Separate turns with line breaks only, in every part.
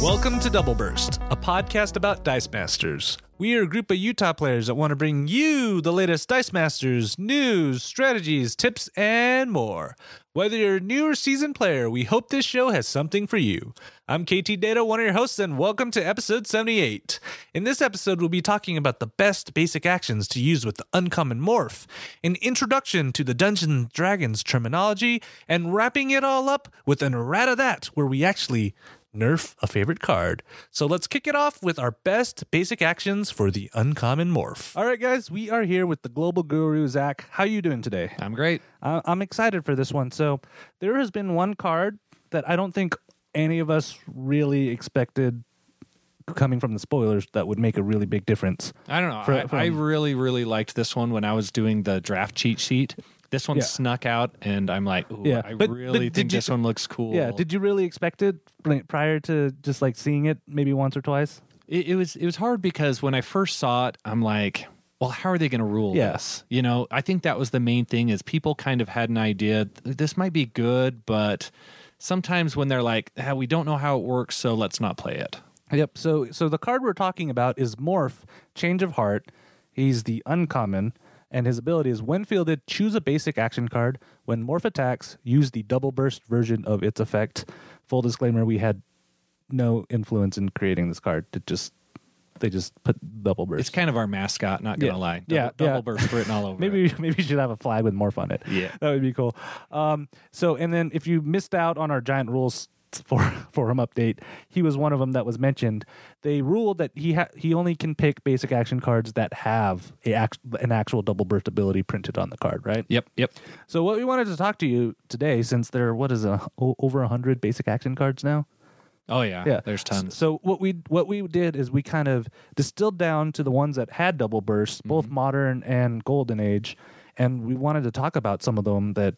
Welcome to Double Burst, a podcast about Dice Masters. We are a group of Utah players that want to bring you the latest Dice Masters news, strategies, tips, and more. Whether you're a new or seasoned player, we hope this show has something for you. I'm KT Data, one of your hosts, and welcome to episode 78. In this episode, we'll be talking about the best basic actions to use with the Uncommon Morph, an introduction to the Dungeons and Dragons terminology, and wrapping it all up with an errata that, where we actually nerf a favorite card. So let's kick it off with our best basic actions for the uncommon morph. All right, guys, we are here with the global guru Zach. How you doing today?
I'm great.
I- I'm excited for this one. So there has been one card that I don't think any of us really expected coming from the spoilers that would make a really big difference.
I don't know.
Fro-
I, I
from-
really, really liked this one when I was doing the draft cheat sheet. This one
Yeah.
snuck out, and I'm like, Ooh,
Yeah,
I
but- but
really
did
think
you-
this one looks cool.
Yeah, did you really expect it pri- prior to just like seeing it maybe once or twice?
it, it was it was hard because when I first saw it, I'm like, well, how are they going to rule
Yeah.
this? You know, I think that was the main thing is people kind of had an idea th- this might be good, but sometimes when they're like, ah, we don't know how it works, so let's not play it.
Yep. So so the card we're talking about is Morph, Change of Heart. He's the uncommon, and his ability is when fielded, choose a basic action card. When Morph attacks, use the double burst version of its effect. Full disclaimer, we had no influence in creating this card. It just they just put double burst.
It's kind of our mascot, not gonna
Yeah.
lie.
Yeah,
double,
yeah.
double burst written all over. it.
maybe maybe you should have a flag with morph on it.
Yeah.
that would be cool. Um, so and then if you missed out on our giant rules for forum update, he was one of them that was mentioned. They ruled that he ha- he only can pick basic action cards that have a act- an actual double burst ability printed on the card, right?
Yep, yep.
So what we wanted to talk to you today, since there are, what is a o- over hundred basic action cards now.
Oh yeah,
Yeah,
There's
S-
tons.
So what we what we did is we kind of distilled down to the ones that had double bursts,
Mm-hmm.
both modern and golden age, and we wanted to talk about some of them that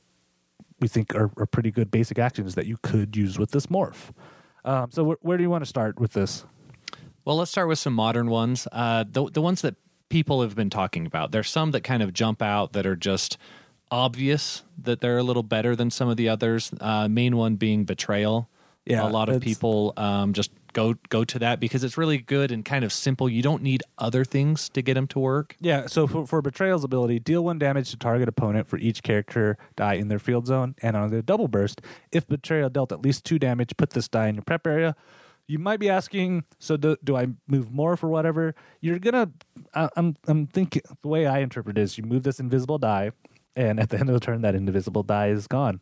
we think are, are pretty good basic actions that you could use with this morph. Um, so wh- where do you want to start with this?
Well, let's start with some modern ones. Uh, the the ones that people have been talking about. There's some that kind of jump out that are just obvious that they're a little better than some of the others. Uh, main one being betrayal.
Yeah,
a lot of
it's-
people um, just go go to that because it's really good and kind of simple. You don't need other things to get them to work.
Yeah, so for, for Betrayal's ability, deal one damage to target opponent for each character die in their field zone, and on the double burst, if Betrayal dealt at least two damage, put this die in your prep area. You might be asking, so do, do I move more for whatever? You're gonna, I, I'm I'm thinking the way I interpret it is you move this invisible die, and at the end of the turn, that invisible die is gone.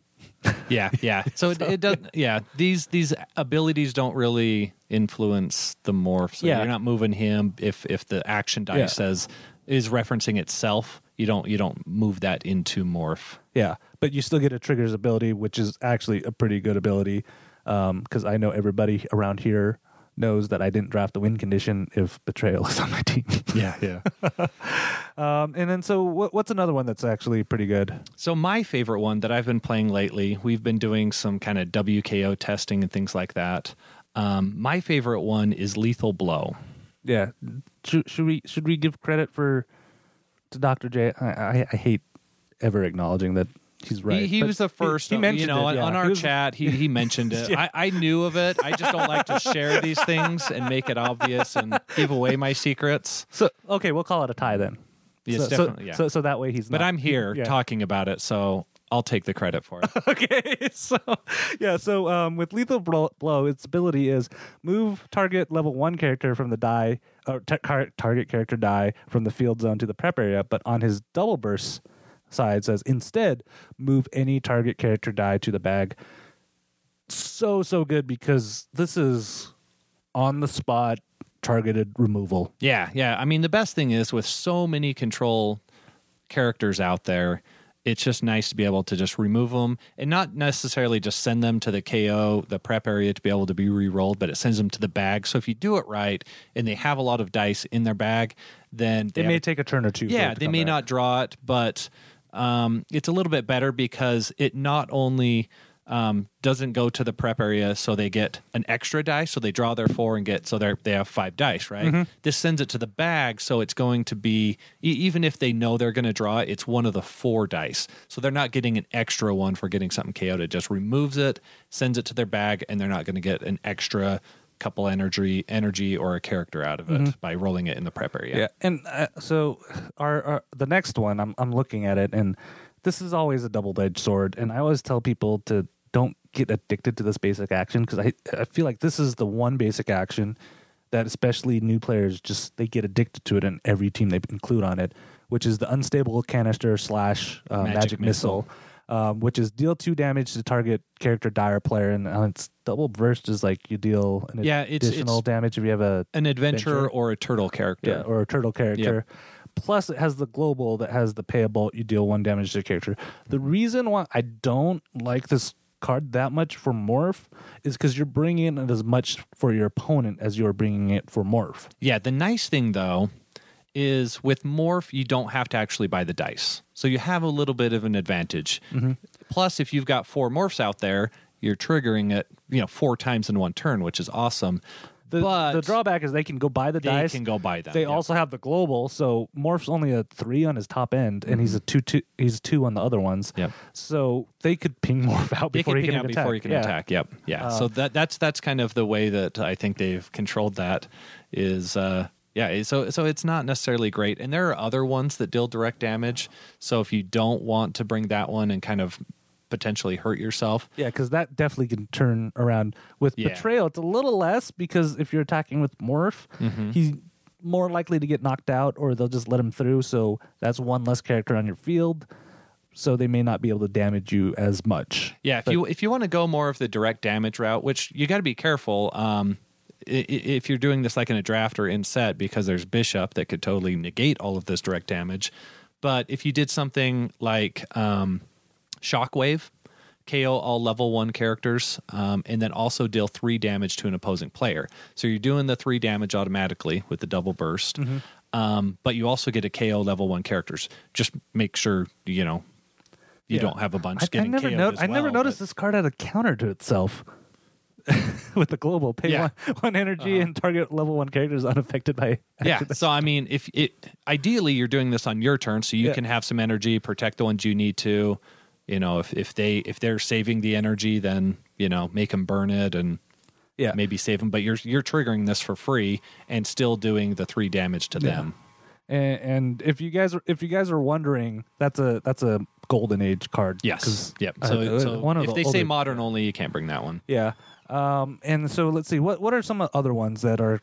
Yeah, yeah. So it, it does. Yeah, these these abilities don't really influence the morph. So
Yeah.
you're not moving him if if the action die
Yeah.
says is referencing itself. You don't you don't move that into morph.
Yeah, but you still get a trigger's ability, which is actually a pretty good ability. Because I know everybody around here knows that I didn't draft the win condition if betrayal is on my team.
Yeah, yeah.
um, and then so what, what's another one that's actually pretty good?
so my favorite one that I've been playing lately, we've been doing some kind of WKO testing and things like that. Um, my favorite one is lethal blow.
Yeah, should, should we should we give credit for to Doctor J? I, I, I hate ever acknowledging that he's right.
He, he
but
was the first.
He, he
uh,
mentioned
you know,
it,
on-
yeah.
on
He
our
was-
chat, he, he mentioned it. I, I knew of it. I just don't like to share these things and make it obvious and give away my secrets.
So okay, we'll call it a tie then.
Yes,
so,
definitely,
So,
yeah.
so so that way he's.
But
not,
I'm here
yeah.
talking about it, so I'll take the credit for it.
okay so yeah so um, with lethal blow, blow its ability is move target level one character from the die or ta- car- target character die from the field zone to the prep area but on his double burst side says instead move any target character die to the bag so so good because this is on the spot targeted removal
yeah, yeah. I mean, the best thing is with so many control characters out there, it's just nice to be able to just remove them and not necessarily just send them to the KO, the prep area to be able to be re-rolled, but it sends them to the bag. So if you do it right and they have a lot of dice in their bag, then they
it
have a
may take a turn or two for it
Yeah,
to
they
come
may
back.
not draw it, but um, it's a little bit better because it not only um, doesn't go to the prep area, so they get an extra die, so they draw their four and get so they they have five dice, right? This sends it to the bag, so it's going to be e- even if they know they're going to draw it, it's one of the four dice, so they're not getting an extra one for getting something KO'd. It just removes it, sends it to their bag, and they're not going to get an extra couple energy energy or a character out of it by rolling it in the prep area.
Yeah, and uh, so our, our the next one I'm I'm looking at it, and this is always a double edged sword. And I always tell people to don't get addicted to this basic action because I I feel like this is the one basic action that especially new players just they get addicted to it in every team they include on it, which is the unstable canister slash uh, magic,
Magic
missile. Um, which is deal two damage to target character die or player, and uh, it's double burst is like you deal an
Yeah, it's-
additional
it's-
damage if you have a
An adventurer
Adventurer.
or a turtle character.
yeah, or a turtle character. Plus, it has the global that has the payable. You deal one damage to the character. The reason why I don't like this card that much for morph is because you're bringing it as much for your opponent as you're bringing it for morph.
Yeah, the nice thing though is with morph you don't have to actually buy the dice. So you have a little bit of an advantage.
Mm-hmm.
Plus if you've got four morphs out there, you're triggering it, you know, four times in one turn, which is awesome.
The,
but
the drawback is they can go buy the
they
dice.
can go buy them.
they
yep.
also have the global, so morph's only a three on his top end, and he's a two two. He's two on the other ones.
Mm-hmm. Yep.
So they could ping morph out
They
before he
can ping
can
out
attack.
before you can
Yeah. Uh,
attack. Yep. Yeah. so that that's that's kind of the way that I think they've controlled that is uh yeah, so so it's not necessarily great. And there are other ones that deal direct damage. So if you don't want to bring that one and kind of potentially hurt yourself,
Yeah, because that definitely can turn around with
Yeah.
betrayal. It's a little less because if you're attacking with morph,
Mm-hmm.
he's more likely to get knocked out, or they'll just let him through. So that's one less character on your field. So they may not be able to damage you as much.
Yeah, if you if you want to go more of the direct damage route, which you got to be careful. Um, i- i- if you're doing this like in a draft or in set, because there's bishop that could totally negate all of this direct damage. But if you did something like um, shockwave, KO all level one characters, um, and then also deal three damage to an opposing player. So you're doing the three damage automatically with the double burst. Um, but you also get a KO level one characters. Just make sure you know you
Yeah.
don't have a bunch
I, I
getting
never
KO'd
know,
as
I never
well,
noticed
but-
this card had a counter to itself. with the global pay
Yeah. Uh-huh.
one, one energy and target level one characters unaffected by
Yeah. So I mean, if it ideally you're doing this on your turn, so you
Yeah.
can have some energy, protect the ones you need to. You know, if if they if they're saving the energy, then you know make them burn it and
yeah
maybe save them. But you're you're triggering this for free and still doing the three damage to them.
and, and if you guys are, if you guys are wondering, that's a that's a golden age card.
Yes.
'Cause,
Yep.
uh,
So,
uh,
so
one of
if
the
they say
older-
modern only, you can't bring that one.
yeah. Um, and so let's see what what are some other ones that are,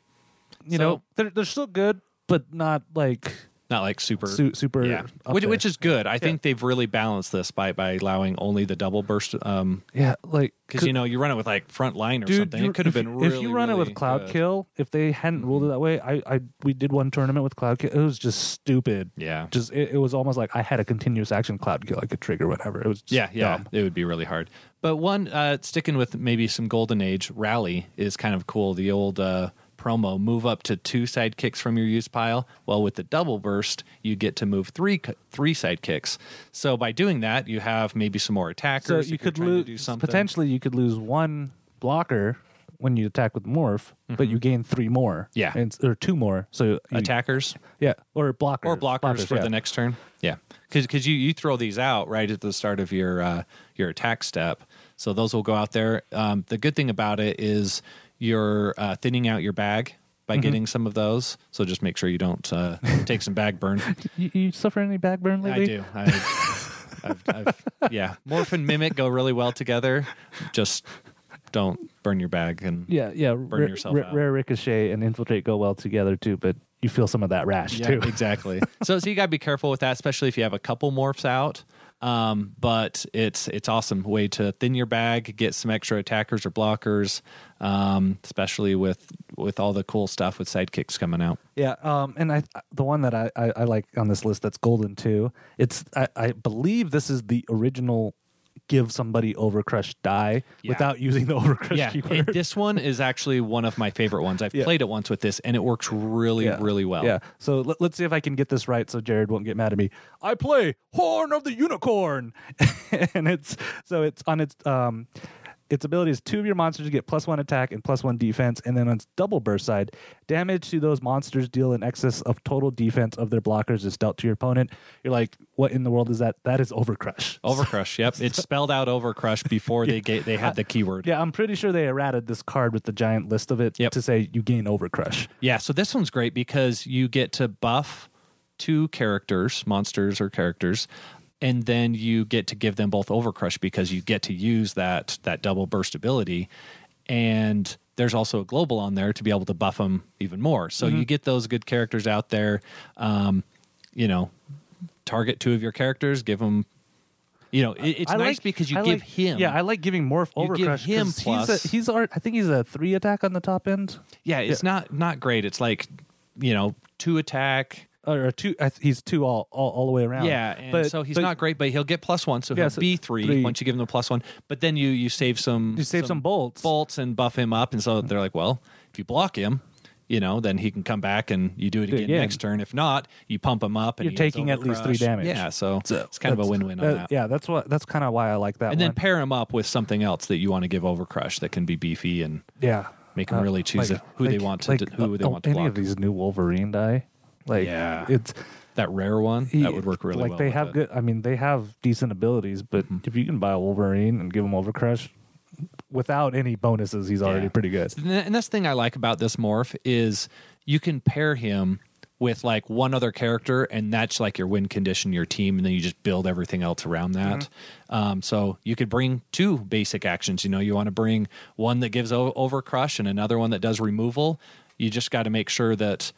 you
So-
know, they're they're still good, but not like
Not like super
su- super.
yeah,
up
which,
there.
which is good. I think they've really balanced this by by allowing only the double burst. Um,
yeah, like
because you know you run it with like front line or something,
you-
it could have
if-
been really.
if you run it
really
with Cloud
good. Mm-hmm.
Kill, if they hadn't ruled it that way, I I we did one tournament with Cloud Kill. It was just stupid.
Yeah.
Just it, it was almost like I had a continuous action Cloud Kill I could trigger whatever. It was just
Yeah, yeah,
dumb.
it would be really hard. But one uh, sticking with maybe some golden age rally is kind of cool. The old uh, promo move up to two sidekicks from your use pile. Well, with the double burst, you get to move three c- three sidekicks. So by doing that, you have maybe some more attackers.
So
if
you
you're
could
trying to do
lose
something.
potentially. You could lose one blocker when you attack with morph, but you gain three more.
Mm-hmm. Yeah.
and, or two more. So you,
attackers.
Yeah, or blockers.
or blockers, for
yeah.
the next turn. Yeah, because you you throw these out right at the start of your uh, your attack step, so those will go out there. Um, the good thing about it is you're uh, thinning out your bag by getting some of those. So just make sure you don't uh, take some bag burn.
You, you suffer any back burn lately?
I do. I, I've, I've, yeah, morph and mimic go really well together. Just don't burn your bag and
Yeah, yeah. rare,
yourself
rare,
out.
rare ricochet and infiltrate go well together too, but you feel some of that rash too.
exactly. so, so you got to be careful with that, especially if you have a couple morphs out. Um, but it's it's awesome way to thin your bag, get some extra attackers or blockers, um, especially with with all the cool stuff with sidekicks coming out.
Yeah, um, and I the one that I, I, I like on this list that's golden too. It's I, I believe this is the original give somebody overcrush die
Yeah.
without using the overcrush
yeah,
keyword.
and this one is actually one of my favorite ones. I've
Yeah.
played it once with this, and it works really
Yeah.
really well.
Yeah. So let, let's see if I can get this right so Jared won't get mad at me. I play Horn of the Unicorn. and it's so it's on its um Its ability is two of your monsters get plus one attack and plus one defense, and then on its double burst side, damage to those monsters deal in excess of total defense of their blockers is dealt to your opponent. You're like, what in the world is that? That is Overcrush.
Overcrush. Yep, it's spelled out Overcrush before they ga- they had the keyword.
Yeah, I'm pretty sure they errated this card with the giant list of it
Yep.
to say you gain Overcrush.
Yeah, so this one's great because you get to buff two characters, monsters or characters, and then you get to give them both overcrush because you get to use that that double burst ability and there's also a global on there to be able to buff them even more. So
Mm-hmm.
you get those good characters out there um you know target two of your characters, give them you know, it, it's
I
nice
like-
because you
I
give
like-
him
Yeah, I like giving Morph
You give
Overcrush.
him
'cause
plus-
He's, a, he's our, I think he's a three attack on the top end.
yeah, it's not not great. It's like, you know, two attack,
Or a two, I th- he's two all, all, all the way around.
Yeah, and
but,
so he's
but
not great, but he'll get plus one, so
Yeah,
he'll
so
be three,
three.
once you give him the plus one. But then you you save some
You save some bolts.
bolts and buff him up, and so they're like, well, if you block him, you know, then he can come back and you do it again,
again.
next turn. If not, you pump him up, and
You're
he gets
taking at least three
overcrushed.
damage.
Yeah, so, it's kind of a
that's-
win win on
uh,
that.
Yeah, that's what. That's kind of why I like that.
And then
one.
pair him up with something else that you want to give overcrush that can be beefy and
yeah,
make 'em really choose if- who they want to d- who they
uh,
want to
any
block.
of these new Wolverine die, like
Yeah.
it's
that rare one that would work really
like
well.
they
with
have
it. Mm-hmm.
good. I mean, they have decent abilities, but if you can buy a Wolverine and give him Overcrush without any bonuses, he's already
Yeah.
pretty good.
And th- and that's the thing I like about this morph is you can pair him with like one other character, and that's like your win condition, your team, and then you just build everything else around that.
Mm-hmm.
Um, so you could bring two basic actions. You know, you want to bring one that gives o- overcrush and another one that does removal. You just got to make sure that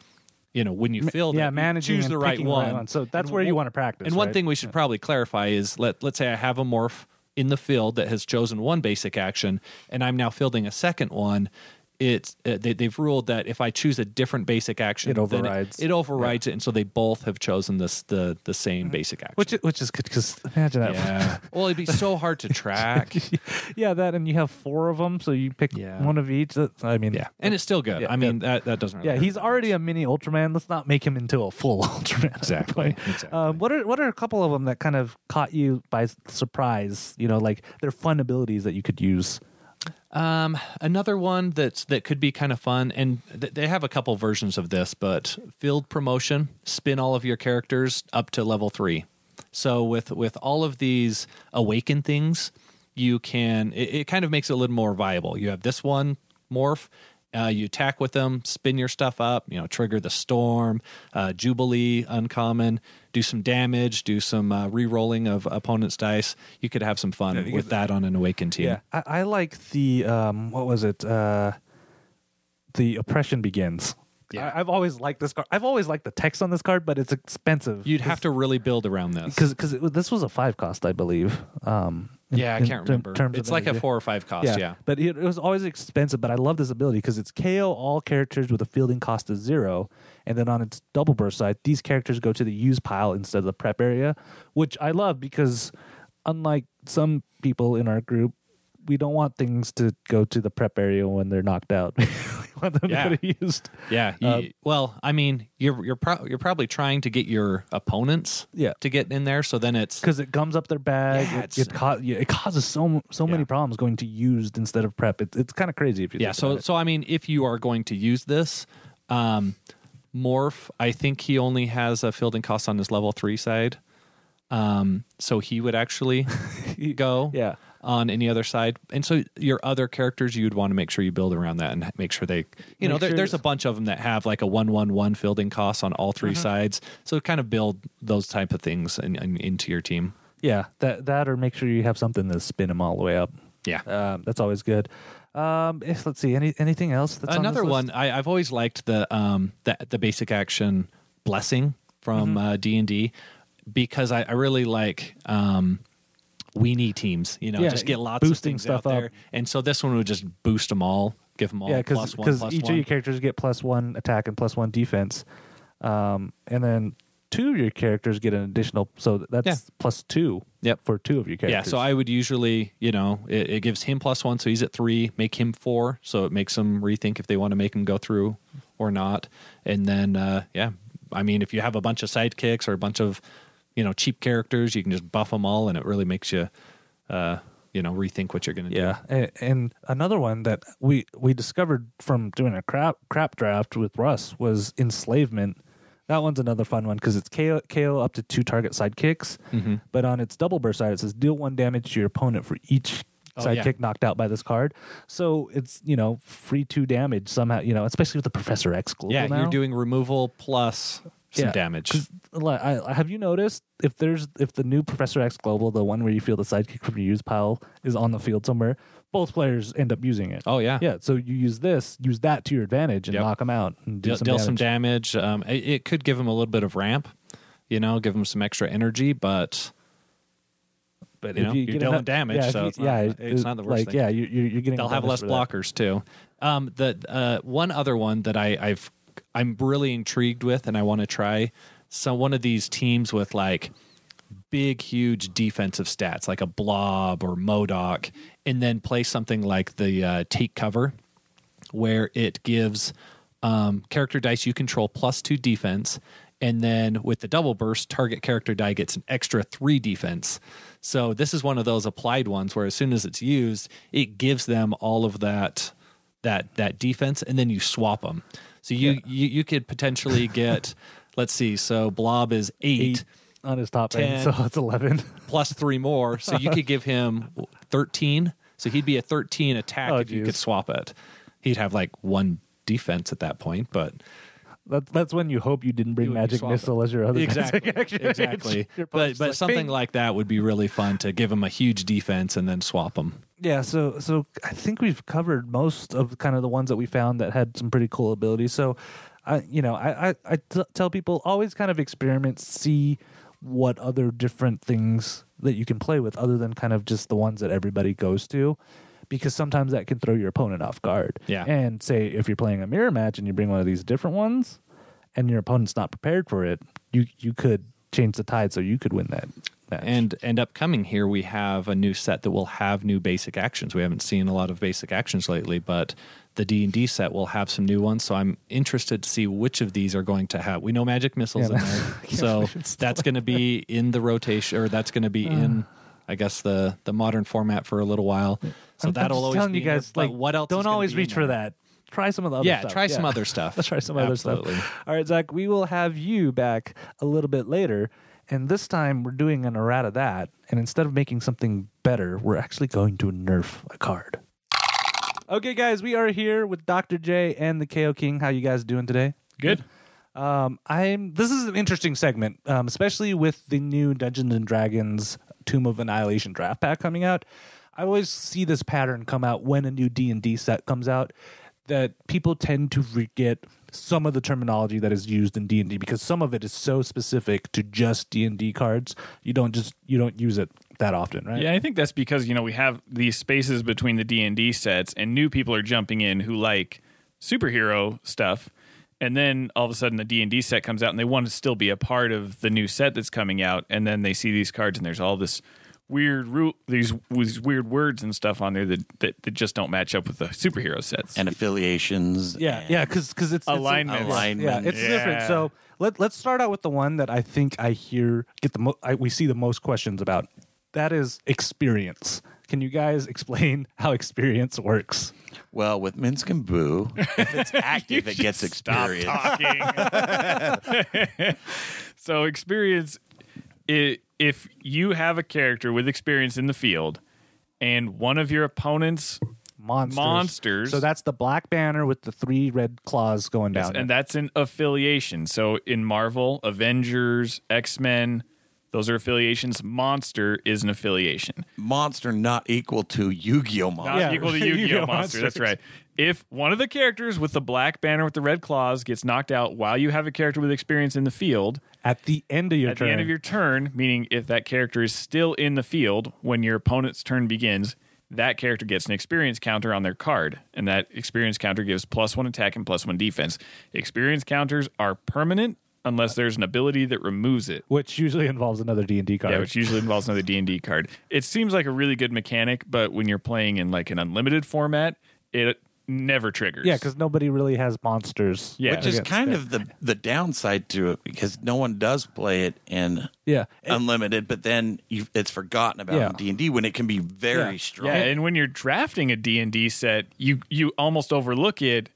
you know when you fill,
yeah,
that, you
managing
choose
and
the right
picking the
one.
right one. So that's
And
where you
one-
wanna practice,
And one
right?
thing we should probably clarify is let let's say I have a morph in the field that has chosen one basic action, and I'm now fielding a second one. It's uh, they, they've ruled that if I choose a different basic action,
It
then
overrides.
It, overrides it, and so they both have chosen this the the same basic action.
Mm-hmm. Which i- which is good because imagine that.
yeah, well, it'd be so hard to track.
yeah, that and you have four of them, so you pick
Yeah.
one of each. That- I mean,
yeah, and it's still good.
Yeah,
I mean, that that doesn't.
Yeah,
really
he's already a mini Ultraman. Let's not make him into a full Ultraman.
Exactly, exactly.
Um, what are what are a couple of them that kind of caught you by s- surprise? You know, like their fun abilities that you could use.
Um, another one that's that could be kind of fun, and th- they have a couple versions of this, but field promotion, spin all of your characters up to level three. So with with all of these awaken things, you can it, it kind of makes it a little more viable. You have this one morph. Uh, you attack with them, spin your stuff up, you know, trigger the storm, uh, jubilee, uncommon, do some damage, do some uh, re-rolling of opponent's dice. You could have some fun with that on an awakened team.
I, I like the um, what was it? Uh, the oppression begins.
Yeah.
I, I've always liked this card. I've always liked the text on this card, but it's expensive.
You'd have to really build around this.
because because this was a five cost, I believe. Um, in-
yeah, I
in
can't
ter-
remember.
terms of
It's like a
energy.
four or five cost. Yeah.
Yeah, but it, it was always expensive. But I love this ability because it's KO all characters with a fielding cost of zero, and then on its double burst side, these characters go to the use pile instead of the prep area, which I love because unlike some people in our group, we don't want things to go to the prep area when they're knocked out. we want them
Yeah.
to go to used.
Yeah.
Uh,
you- well, I mean, you're you're pro- you're probably trying to get your opponents
Yeah.
to get in there. So then it's
Because it gums up their bag,
Yeah,
it,
it's-
it, ca- yeah, it causes so so many
Yeah.
problems going to used instead of prep. It, it's kind of crazy if you
yeah.
think
So
about it.
so I mean, if you are going to use this, um, morph, I think he only has a fielding cost on his level three side. Um, so he would actually go
yeah.
on any other side. And so your other characters, you'd want to make sure you build around that and make sure they, you know, there,
sure-
there's a bunch of them that have like a one one one fielding cost on all
Mm-hmm.
3 sides. So kind of build those type of things in, in, into your team.
Yeah, that that or make sure you have something to spin them all the way up.
Yeah.
Um, that's always good. Um, if- let's see, any anything else? That's on this
Another
list?
one I, I've always liked the um the, the basic action blessing
Mm-hmm.
from uh, D and D because I, I really like um weenie teams. You know,
Yeah,
just get lots
boosting
of things
stuff
out
up.
there, and so this one would just boost them all, give them all
Yeah,
uh, plus one,
because
plus
each
one.
of your characters get plus one attack and plus one defense, um, and then two of your characters get an additional. So that's
Yeah.
plus two.
Yep.
for two of your
Yeah,
characters.
so I would usually, you know, it, it gives him plus one, so he's at three. Make him four, so it makes them rethink if they want to make him go through or not. And then, uh, yeah, I mean, if you have a bunch of sidekicks or a bunch of, you know, cheap characters, you can just buff them all, and it really makes you uh, you know rethink what you're going to do.
Yeah, and, and another one that we we discovered from doing a crap crap draft with Russ was enslavement. That one's another fun one because it's KO, KO up to two target sidekicks,
Mm-hmm.
but on its double burst side it says deal one damage to your opponent for each
Oh,
sidekick
yeah.
knocked out by this card. So it's you know free two damage somehow. You know, especially with the Professor X global.
Yeah,
now.
you're doing removal plus some
Yeah,
damage.
'Cause, like, I, I- have you noticed if there's if the new Professor X Global, the one where you feel the sidekick from your use pile, is on the field somewhere, both players end up using it.
Oh yeah,
yeah. So you use this, use that to your advantage, and
Yep.
knock them out and do
deal,
some
deal
damage.
some damage. Um, it, it could give them a little bit of ramp, you know, give them some extra energy, but
but
you know, you're dealing damage,
yeah, if
so
you-
it's not-
yeah,
it's
it-
not the worst
like,
thing.
Yeah, you, you- you're getting. a
they'll have
bonus
less
for that.
blockers too. Um, the uh, one other one that I, I've I'm really intrigued with, and I want to try some one of these teams with like big, huge defensive stats, like a blob or Modoc, and then play something like the uh, take cover, where it gives um, character dice you control plus two defense, and then with the double burst, target character die gets an extra three defense. So this is one of those applied ones where as soon as it's used, it gives them all of that that that defense, and then you swap them. So you you, you could potentially get. Let's see. So Blob is
Eight on his top end,
10.
so it's eleven.
plus three more. So you could give him 13. So he'd be a 13 attack
Oh,
if you
geez.
could swap it. He'd have like one defense at that point, but
that's that's when you hope you didn't bring
You- you
Magic
swap it.
Missile as your other
exactly,
action.
exactly.
Your opponent's
But but
like,
something
"Bing."
like that would be really fun to give him a huge defense and then swap him.
Yeah, so so I think we've covered most of kind of the ones that we found that had some pretty cool abilities. So, I you know I I, I t- tell people always kind of experiment, see what other different things that you can play with other than kind of just the ones that everybody goes to, because sometimes that can throw your opponent off guard.
Yeah.
and say if you're playing a mirror match and you bring one of these different ones, and your opponent's not prepared for it, you you could change the tide so you could win that. Match.
And and upcoming here we have a new set that will have new basic actions. We haven't seen a lot of basic actions lately, but the D and D set will have some new ones. So I'm interested to see which of these are going to have. We know magic missiles
Yeah,
in there, so that's going to be in the rotation, or that's going to be
Uh.
in. I guess the the modern format for a little while. So
I'm- I'm
that'll
just
always
telling
be
you
in there,
guys
but
like
what else? is
Don't
gonna
always
be in
reach for
there?
that. Try some of the other
Yeah,
stuff.
try some other stuff.
Let's try some other
Absolutely.
stuff. All right, Zach, we will have you back a little bit later, and this time we're doing an errata that, and instead of making something better, we're actually going to nerf a card. Okay, guys, we are here with Dr. J and the KO King. How you guys doing today?
Good.
Um, I'm. This is an interesting segment, um, especially with the new Dungeons and Dragons Tomb of Annihilation draft pack coming out. I always see this pattern come out when a new D and D set comes out that people tend to forget some of the terminology that is used in D and D because some of it is so specific to just D and D cards. You don't just you don't use it that often, right?
Yeah, I think that's because you know we have these spaces between the D and D sets, and new people are jumping in who like superhero stuff, and then all of a sudden the D and D set comes out, and they want to still be a part of the new set that's coming out, and then they see these cards, and there's all this weird ru- these these weird words and stuff on there that, that that just don't match up with the superhero sets.
and affiliations.
Yeah,
and-
yeah, because because it's it's-
Alignments.
yeah,
Alignments.
Yeah, it's
Yeah.
different. So let let's start out with the one that I think I hear get the mo- I, we see the most questions about. That is experience. Can you guys explain how experience works?
Well, with Minsk and Boo, if it's active, it gets experience.
talking. so experience i if you have a character with experience in the field and one of your opponents
Monsters.
Monsters.
So that's the black banner with the three red claws going down.
and
it.
that's an affiliation. So in Marvel, Avengers, X-Men, those are affiliations. Monster is an affiliation.
Monster not equal to Yu-Gi-Oh!
Not
Monster.
Yeah.
equal to Yu-Gi-Oh!
Yu-Gi-Oh!
monster. That's
monsters.
right. If one of the characters with the black banner with the red claws gets knocked out while you have a character with experience in the field,
at the end of your
at
turn.
the end of your turn, meaning if that character is still in the field when your opponent's turn begins, that character gets an experience counter on their card, and that experience counter gives plus one attack and plus one defense. Experience counters are permanent unless there's an ability that removes it.
which usually involves another D and D card.
Yeah, which usually involves another D and D card. It seems like a really good mechanic, but when you're playing in like an unlimited format, it never triggers.
Yeah, because nobody really has monsters.
Yeah.
Which is
against
kind
it.
of the, the downside to it because no one does play it in
yeah.
unlimited, but then you, it's forgotten about
Yeah.
in D and D when it can be very
Yeah.
strong.
yeah, and when you're drafting a D&D set, you you almost overlook it,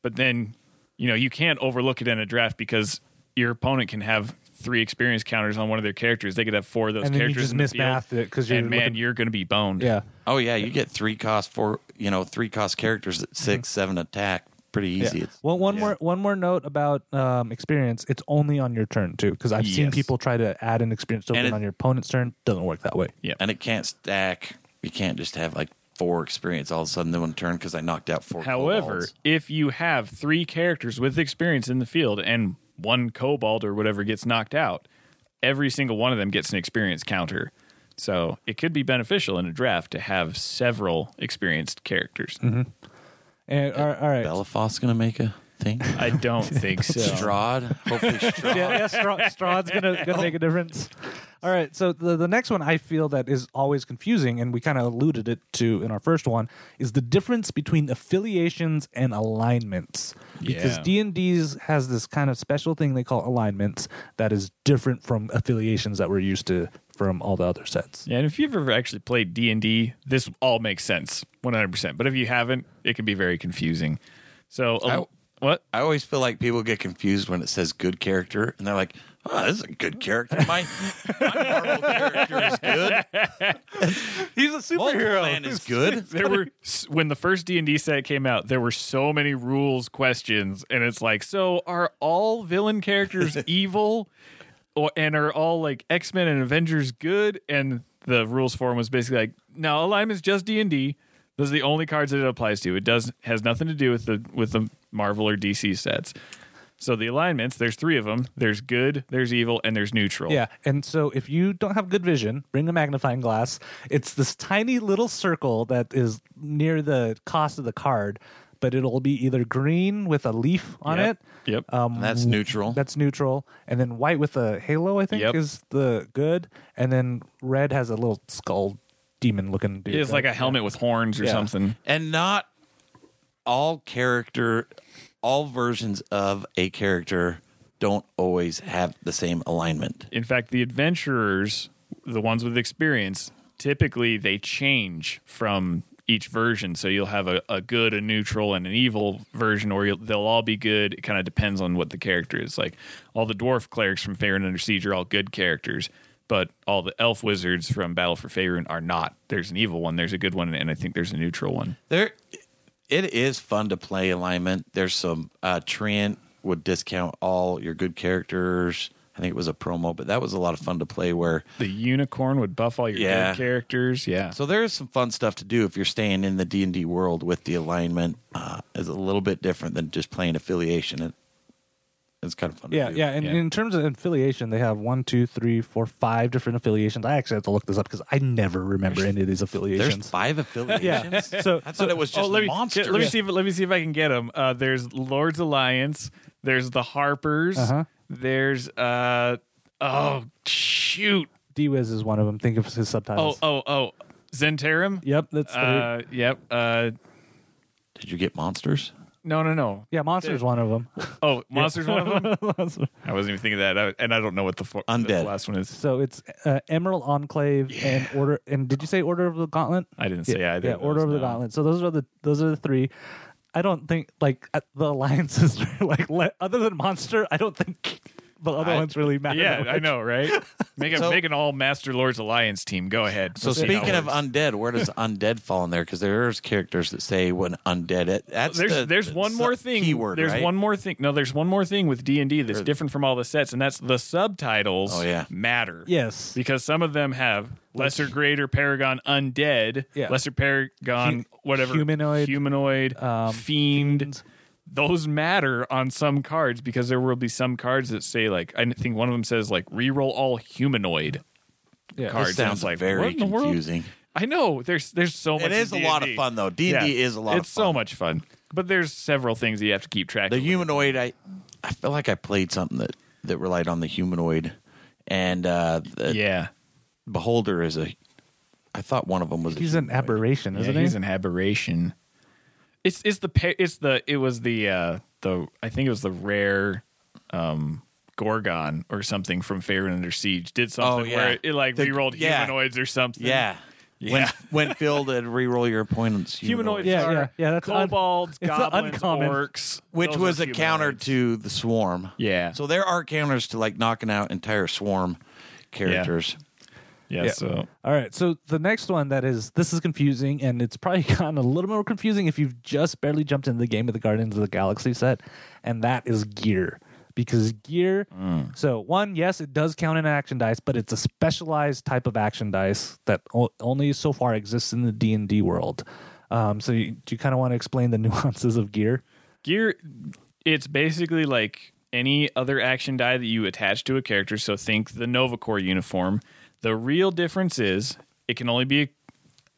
but then you know, you can't overlook it in a draft because your opponent can have three experience counters on one of their characters. They could have four of those
And then you
characters
just
in the field.
mismathed it 'cause you're
And man,
looking-
you're going to be boned.
Yeah.
Oh yeah, you get three cost four, you know, three cost characters at 6 seven attack, pretty easy. It's
Well, one
yeah.
more one more note about um, experience. It's only on your turn too, because I've seen
Yes.
people try to add an experience token
it-
on your opponent's turn. Doesn't work that way.
and it can't stack. You can't just have like four experience all of a sudden then one turn because I knocked out four.
However,
kobolds.
if you have three characters with experience in the field and one kobold or whatever gets knocked out, every single one of them gets an experience counter. So it could be beneficial in a draft to have several experienced characters.
And all right, all right.
Belafoss gonna make a thing.
I don't think so.
Strahd, hopefully Strahd.
yeah, yeah straw, straw's gonna, gonna make a difference. All right, so the, the next one I feel that is always confusing, and we kind of alluded it to in our first one, is the difference between affiliations and alignments. Because
Yeah.
D and D's has this kind of special thing they call alignments that is different from affiliations that we're used to from all the other sets.
Yeah, and if you've ever actually played D and D, this all makes sense, one hundred percent. But if you haven't, it can be very confusing. So, uh, what?
I always feel like people get confused when it says good character, and they're like, "Oh, this is a good character. My, my Marvel character is good.
He's a
Man is good.
There were s- when the first D and D set came out, there were so many rules questions, and it's like, so are all villain characters evil, or and are all like X Men and Avengers good? And the rules forum was basically like, no, alignment's just D and D. Those are the only cards that it applies to. It does has nothing to do with the with the Marvel or DC sets. So the alignments, there's three of them. There's good, there's evil, and there's neutral.
Yeah, and so if you don't have good vision, bring a magnifying glass. It's this tiny little circle that is near the cost of the card, but it'll be either green with a leaf on
Yep.
it.
Yep.
Um,
That's neutral.
That's neutral, and then white with a halo, I think,
Yep.
is the good, and then red has a little skull demon looking dude.
it's like a
right?
helmet with horns or
Yeah.
something.
and not all character, all versions of a character don't always have the same alignment.
In fact, the adventurers, the ones with experience, typically they change from each version. So you'll have a, a good, a neutral, and an evil version, or you'll, they'll all be good. It kind of depends on what the character is. Like all the dwarf clerics from Faerun Under Siege are all good characters, but all the elf wizards from Battle for Faerun are not. There's an evil one, there's a good one, and I think there's a neutral one.
There, it is fun to play alignment. There's some uh, Trent would discount all your good characters. I think it was a promo, but that was a lot of fun to play. Where
The unicorn would buff all your
Yeah.
good characters. Yeah.
So there is some fun stuff to do if you're staying in the D and D world with the alignment. Uh, is a little bit different than just playing affiliation. It, it's kind of fun.
Yeah,
to do.
yeah. And
Yeah.
in terms of affiliation, they have one, two, three, four, five different affiliations. I actually have to look this up because I never remember any of these
There's
affiliations.
five affiliations.
Yeah. So
I thought it was just
oh, let me
monsters.
let me see if let me see if I can get them. Uh, there's Lords Alliance. There's the Harpers.
Uh-huh.
There's uh oh shoot
D-Wiz is one of them. Think of his
oh
subtitles.
oh oh Zentarum.
Yep, that's three.
Uh, yep. Uh,
Did you get monsters?
no no no.
Yeah, Monster's one of them.
Oh, monsters one of them. I wasn't even thinking of that, I, and I don't know what the, four,
Undead.
the last one is.
so it's uh, Emerald Enclave and Order. And did you say Order of the Gauntlet?
I didn't say either.
Yeah,
of
Order
those,
of the
no.
Gauntlet. So those are the those are the three. I don't think like uh, the alliances are like le- other than Monster. I don't think the other
I-
ones really matter.
Yeah,
that
I
much.
know, right? Make a,
So-
make an all Master Lords Alliance team. Go ahead.
So
Let's see how it
speaking of
works.
undead, where does undead fall in there? Because there's characters that say when undead. It, that's
there's
the-
there's
the
one
sub-
more thing.
Keyword.
there's
right?
one more thing. No, there's one more thing with D and D that's
Or-
different from all the sets, and that's the subtitles.
Oh, yeah.
matter.
Yes.
because some of them have lesser, greater paragon, undead,
Yeah.
lesser paragon,
Hu-
whatever
humanoid,
humanoid,
um,
fiend.
fiend.
Those matter on some cards because there will be some cards that say like I think one of them says like reroll all humanoid
Yeah.
cards.
This
And
sounds
it's like
very
what in the world?
confusing.
I know there's there's so much.
It
in
is a lot of
D&D.
fun though. E D and D is a lot.
It's
of fun.
so much fun. But there's several things that you have to keep track
the
of.
humanoid i i feel like i played something that that relied on the humanoid and uh the
yeah.
beholder is a i thought one of them was a
He's an
humanoid.
aberration, isn't
yeah, he's
he?
an aberration. It's it's the pa- it's the it was the uh the I think it was the rare um Gorgon or something from Favorite Under Siege did something
Oh, yeah.
where it, it, like
The-
rerolled
yeah.
humanoids or something.
Yeah.
Yeah.
When when filled and re-roll your opponents.
Humanoids
humanoid,
Yeah,
are
yeah, yeah, that's un-
kobolds,
it's
goblins,
uncommon.
orcs.
Which
Those
was
are
a counter
humanoids.
to the swarm.
Yeah.
So there are counters to like knocking out entire swarm characters.
yeah,
Yeah.
so
All right. So the next one that is this is confusing, and it's probably gotten a little more confusing if you've just barely jumped into the game of the Guardians of the Galaxy set, and that is gear. Because gear, so one, yes, it does count in action dice, but it's a specialized type of action dice that o- only so far exists in the D and D world. Um, so you, do you kind of want to explain the nuances of gear?
gear it's basically like any other action die that you attach to a character so think the novacor uniform the real difference is it can only be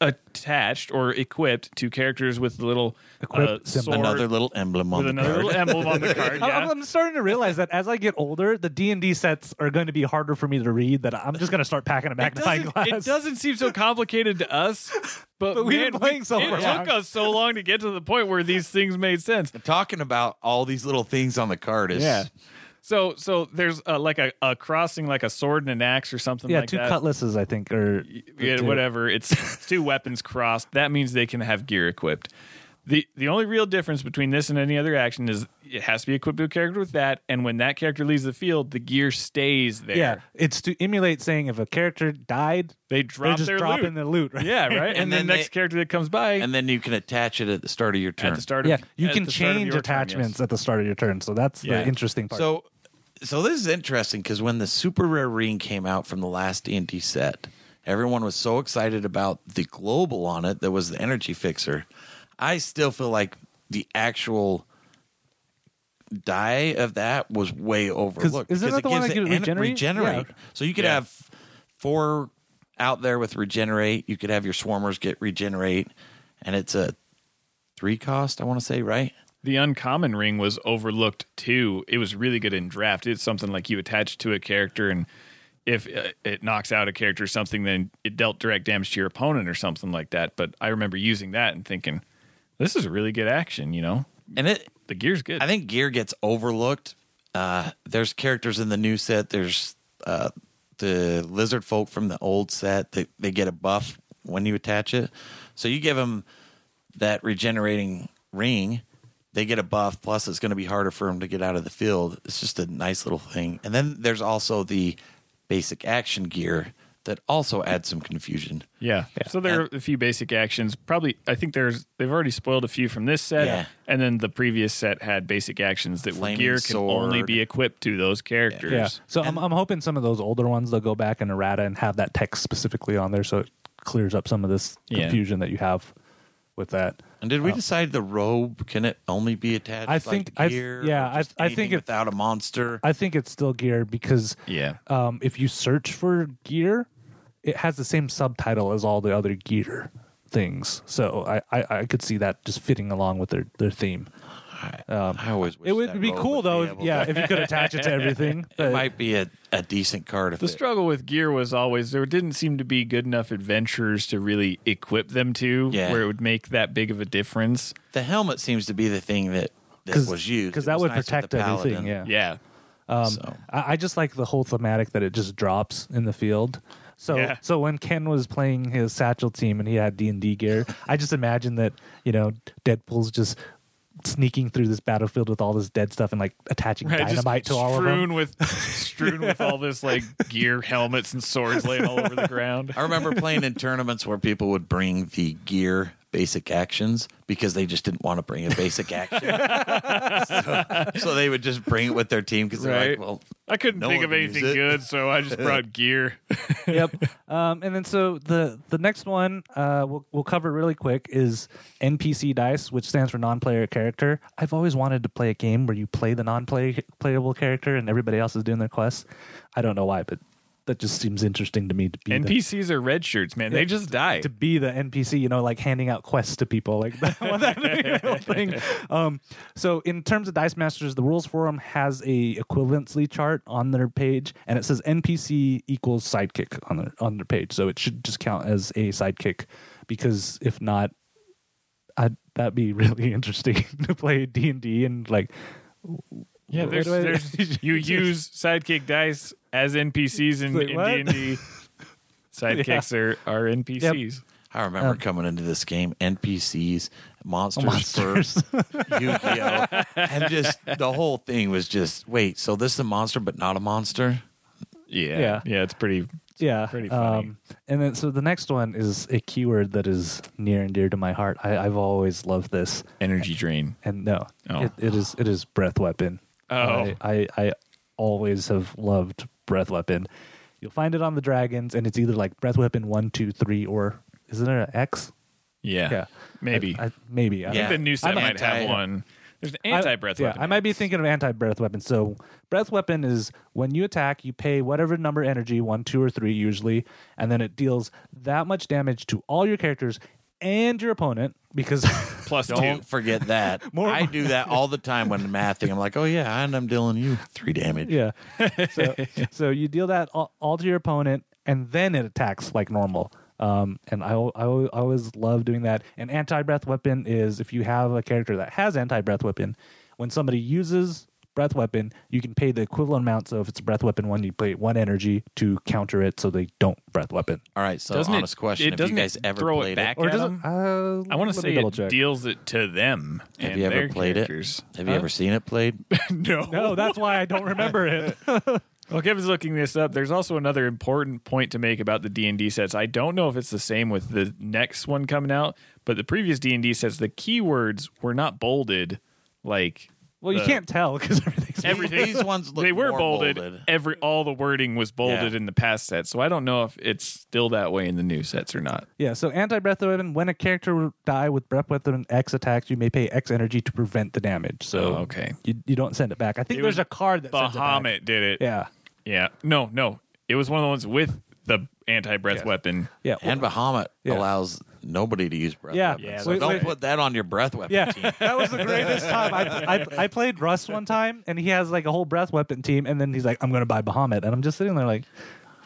attached or equipped to characters with the little
Equip
uh,
symbol.
sword
Another little emblem on
with
the
another
card.
little emblem on the card
I'm-
yeah.
I'm starting to realize that as I get older, the D and D sets are going to be harder for me to read. That I'm just going to start packing a magnifying glass.
it doesn't seem so complicated to us but,
But we've been
man,
playing so
it
long.
took us so long to get to the point where these things made sense
Talking about all these little things on the card is
yeah so so there's uh, like a, a crossing like a sword and an axe or something
yeah,
like
two
that
cutlasses, I think, or
yeah, whatever. It's, it's two weapons crossed. That means they can have gear equipped. The the only real difference between this and any other action is it has to be equipped to a character with that, and when that character leaves the field, the gear stays there.
Yeah, it's to emulate saying if a character died,
They
they're
drop
just
their
dropping
loot.
the loot. Right?
Yeah, right. and, then,
then
the next
they-
character that comes by
and then you can attach it at the start of your turn.
at the start of
yeah. You
at
can
the start of
change
your turn, yes.
attachments at the start of your turn, so that's
Yeah.
the interesting part.
So, so this is interesting because when the super rare ring came out from the last D set, everyone was so excited about the global on it that was the energy fixer. I still feel like the actual die of that was way overlooked.
isn't that
because
the one
gives
that
it
you
en-
regenerate?
regenerate.
Yeah.
So you could
Yeah.
have four out there with regenerate. You could have your swarmers get regenerate, and it's a three cost. I want to say right.
The uncommon ring was overlooked too. It was really good in draft. It's something like you attach to a character, and if uh, it knocks out a character or something, then it dealt direct damage to your opponent or something like that. But I remember using that and thinking, this is a really good action, you know?
And it
The gear's good.
I think gear gets overlooked. Uh, there's characters in the new set. There's uh, the lizard folk from the old set. They they get a buff when you attach it. So you give them that regenerating ring. They get a buff. Plus, it's going to be harder for them to get out of the field. It's just a nice little thing. And then there's also the basic action gear that also adds some confusion.
yeah. So there are a few basic actions. Probably, I think there's, they've already spoiled a few from this set.
Yeah.
And then the previous set had basic actions that were
Flaming
gear can only
sword.
be equipped to those characters.
yeah, so I'm, I'm hoping some of those older ones they'll go back in errata and have that text specifically on there, so it clears up some of this
Yeah.
confusion that you have with that.
And did we decide the robe can it only be attached?
Oh. I
like,
think- I-
gear or
yeah, I-
just
I think
anything
it-
without a monster.
I think it's still gear because
Yeah.
um, if you search for gear, it has the same subtitle as all the other gear things. So I, I, I could see that just fitting along with their, their theme.
I always wish
Um, It would
that
be
robe
cool
would
though,
be
if,
able
yeah, uh,
to-
if you could attach it to everything.
it
But
might be a, a decent card if
The
it-
struggle with gear was always there didn't seem to be good enough adventures to really equip them to
Yeah.
where it would make that big of a difference.
the helmet seems to be the thing that that
'Cause-
was used
'cause
It
that
was
would
nice with
protect
the
everything.
paladin,
Yeah, Um,
Yeah.
so.
I, I just like the whole thematic that it just drops in the field. So
Yeah.
so when Ken was playing his satchel team and he had D and D gear, I just imagined that you know Deadpool's just sneaking through this battlefield with all this dead stuff and like attaching
Right, just
dynamite to all of them.
strewn with strewn with all this like gear, helmets, and swords laying all over the ground.
I remember playing in tournaments where people would bring the gear basic actions because they just didn't want to bring a basic action. so, so they would just bring it with their team because they're
Right.
like, well,
I couldn't
No
think
one
of
would
anything
use it.
good, so I just brought gear.
yep. Um, and then so the the next one uh, we'll we'll cover really quick is NPC dice, which stands for non-player character. I've always wanted to play a game where you play the non-play playable character and everybody else is doing their quests. I don't know why, but that just seems interesting to me to be the,
NPCs are red shirts, man. They just die.
to be the NPC, you know, like handing out quests to people, like that one that little thing. Um, so, in terms of Dice Masters, the rules forum has a equivalency chart on their page, and it says NPC equals sidekick on their on their page. So it should just count as a sidekick, because if not, I, that'd be really interesting to play D and D and like
Yeah,
What
there's,
do I-
there's you use sidekick dice as NPCs in,
Wait,
in
what?
D&D. Sidekicks are, are NPCs.
I remember coming into this game, NPCs, monsters,
Monsters.
first, Yu-Gi-Oh, and just the whole thing was just wait. So this is a monster, but not a monster.
Yeah.
Yeah.
yeah. it's pretty
yeah, um,
pretty funny.
and then so the next one is a keyword that is near and dear to my heart. I, I've always loved this,
energy drain.
and no,
Oh.
it, it is it is breath weapon.
Oh.
I, I I always have loved breath weapon. You'll find it on the dragons, and it's either like breath weapon one, two, three, or isn't there an X?
Yeah.
Yeah.
Maybe.
I, maybe. I don't
Yeah.
I think the new set
I'm
might
anti-
have one. There's an
I-
anti-breath
yeah,
weapon.
I might be thinking of anti breath weapon. So breath weapon is when you attack, you pay whatever number energy, one, two, or three usually, and then it deals that much damage to all your characters and your opponent because
Plus
Don't
two.
forget that.
More-
I do that all the time when mathing. I'm like, oh yeah, and I'm dealing you three damage.
yeah. So, so you deal that all, all to your opponent, and then it attacks like normal. Um, and I, al- I, al- I always love doing that. And anti breath weapon is if you have a character that has anti breath weapon, when somebody uses breath weapon, you can pay the equivalent amount. So if it's a breath weapon one, you pay one energy to counter it so they don't breath weapon.
All right. So
Doesn't it-
honest question:
it
Have you
doesn't it
guys ever
throw it
played
back?
Or does
Adam?
it? Uh,
I want to
let me
say
double
it
check.
deals it to them.
Have
and
you ever
their
played
characters.
it? Have you ever seen it played?
No.
No, that's why I don't remember it.
Well, Kevin's looking this up. There's also another important point to make about the D and D sets. I don't know if it's the same with the next one coming out, but the previous D and D sets, the keywords were not bolded. Like
Well, you
the-
can't tell because everything's
everything.
These ones look
they were
more
bolded.
bolded.
Every all the wording was bolded
Yeah.
in the past set, so I don't know if it's still that way in the new sets or not.
Yeah, so anti breath weapon. When a character will die with breath weapon X attacks, you may pay X energy to prevent the damage. So
Oh, okay.
you, you don't send it back. I think
It
there's
was
a card that sends it
Bahamut did it.
back. Yeah,
Yeah. No, no. It was one of the ones with the anti breath weapon.
yeah,
And Bahamut
Yeah.
allows nobody to use breath.
Yeah.
weapons.
Yeah,
so
that's
don't
right.
put that on your breath weapon
yeah.
team.
That was the greatest time. I, I I played Russ one time, and he has like a whole breath weapon team, and then he's like, "I'm going to buy Bahamut," and I'm just sitting there like,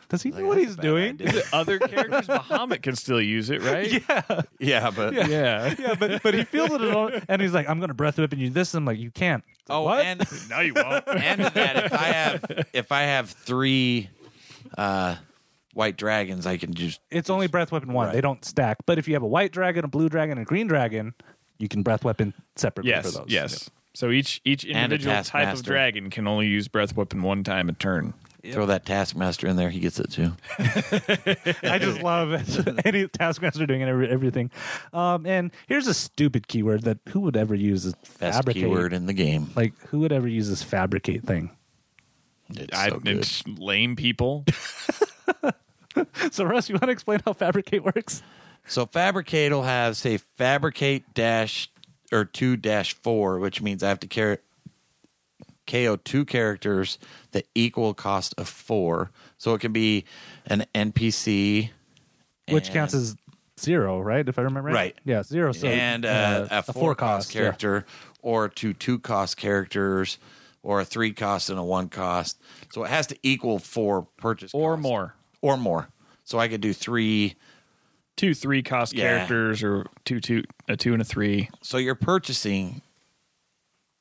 "Does he know what
that's
he's
a bad
doing?"
idea.
The other characters, Bahamut can still use it, right?
Yeah, but
yeah.
Yeah, but but he fielded it, all, and he's like, "I'm going to breath weapon you this," and I'm like, "You can't."
oh,
What?
and
No, you won't.
and to that if I have if I have three uh, white dragons, I can just
It's only breath weapon one. They don't stack. But if you have a white dragon, a blue dragon, and a green dragon, you can breath weapon separately
yes,
for those.
yes. So each each
a
individual type of
Taskmaster.
dragon can only use breath weapon one time a turn.
throw that taskmaster in there. He gets it too.
I just love it. any taskmaster doing it, every, everything. Um, and here's a stupid keyword that who would ever use is
Best
fabricate.
keyword in the game.
Like who would ever use this fabricate thing?
It's
I,
so good.
it's lame people.
So Russ, you want to explain how fabricate works?
So fabricate will have say fabricate dash or two dash four, which means I have to carry KO two characters the equal cost of four. So it can be an NPC,
Which
and-
counts as zero, right? If I remember right.
Right.
Yeah, zero. So
and uh, a, four, cost,
yeah.
character, or two two cost characters, or a three cost and a one cost. So it has to equal four purchase
Or
cost.
more.
or more. So I could do three.
Two three cost
Yeah.
characters or two two a two and a three.
So you're purchasing.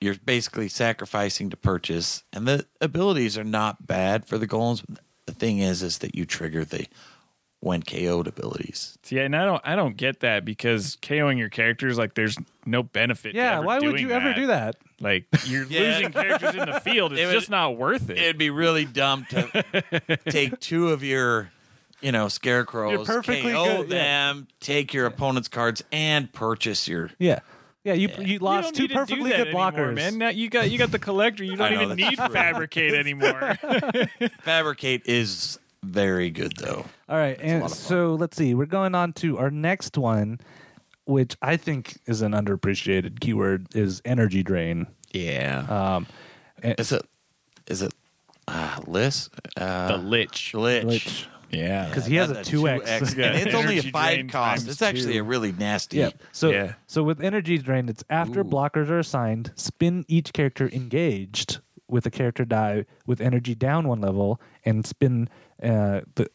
You're basically sacrificing to purchase, and the abilities are not bad for the golems. The thing is, is that you trigger the when KO'd abilities.
See, and I don't I don't get that because KOing your characters like there's no benefit. to
yeah,
ever
why would
doing
you ever do that?
Like you're
Yeah.
losing characters in the field. It's
It was-
just not worth it.
It'd be really dumb to take two of your, you know, scarecrows,
You're perfectly
KO
good, yeah.
them, take your opponent's cards, and purchase your.
Yeah. Yeah, you you
You don't
lost two
need to do
perfectly
that
good
anymore,
blockers.
man. Now you got you got the collector. You
I
don't
know,
even
that's
need
true.
fabricate anymore.
Fabricate is very good though.
All right, and
lot of fun.
so let's see. We're going on to our next one, which I think is an underappreciated keyword is energy drain.
yeah,
Is it? Is it? Uh, Liz, uh,
the lich.
Lich.
Which
Yeah,
because he has a
That's
two X.
and it's
Yeah.
only a
Energy
five
drain
cost.
times
It's actually a really nasty.
Yeah. So
Yeah.
so with energy drain, it's after blockers are assigned, spin each character engaged with a character die with energy down one level, and spin uh, the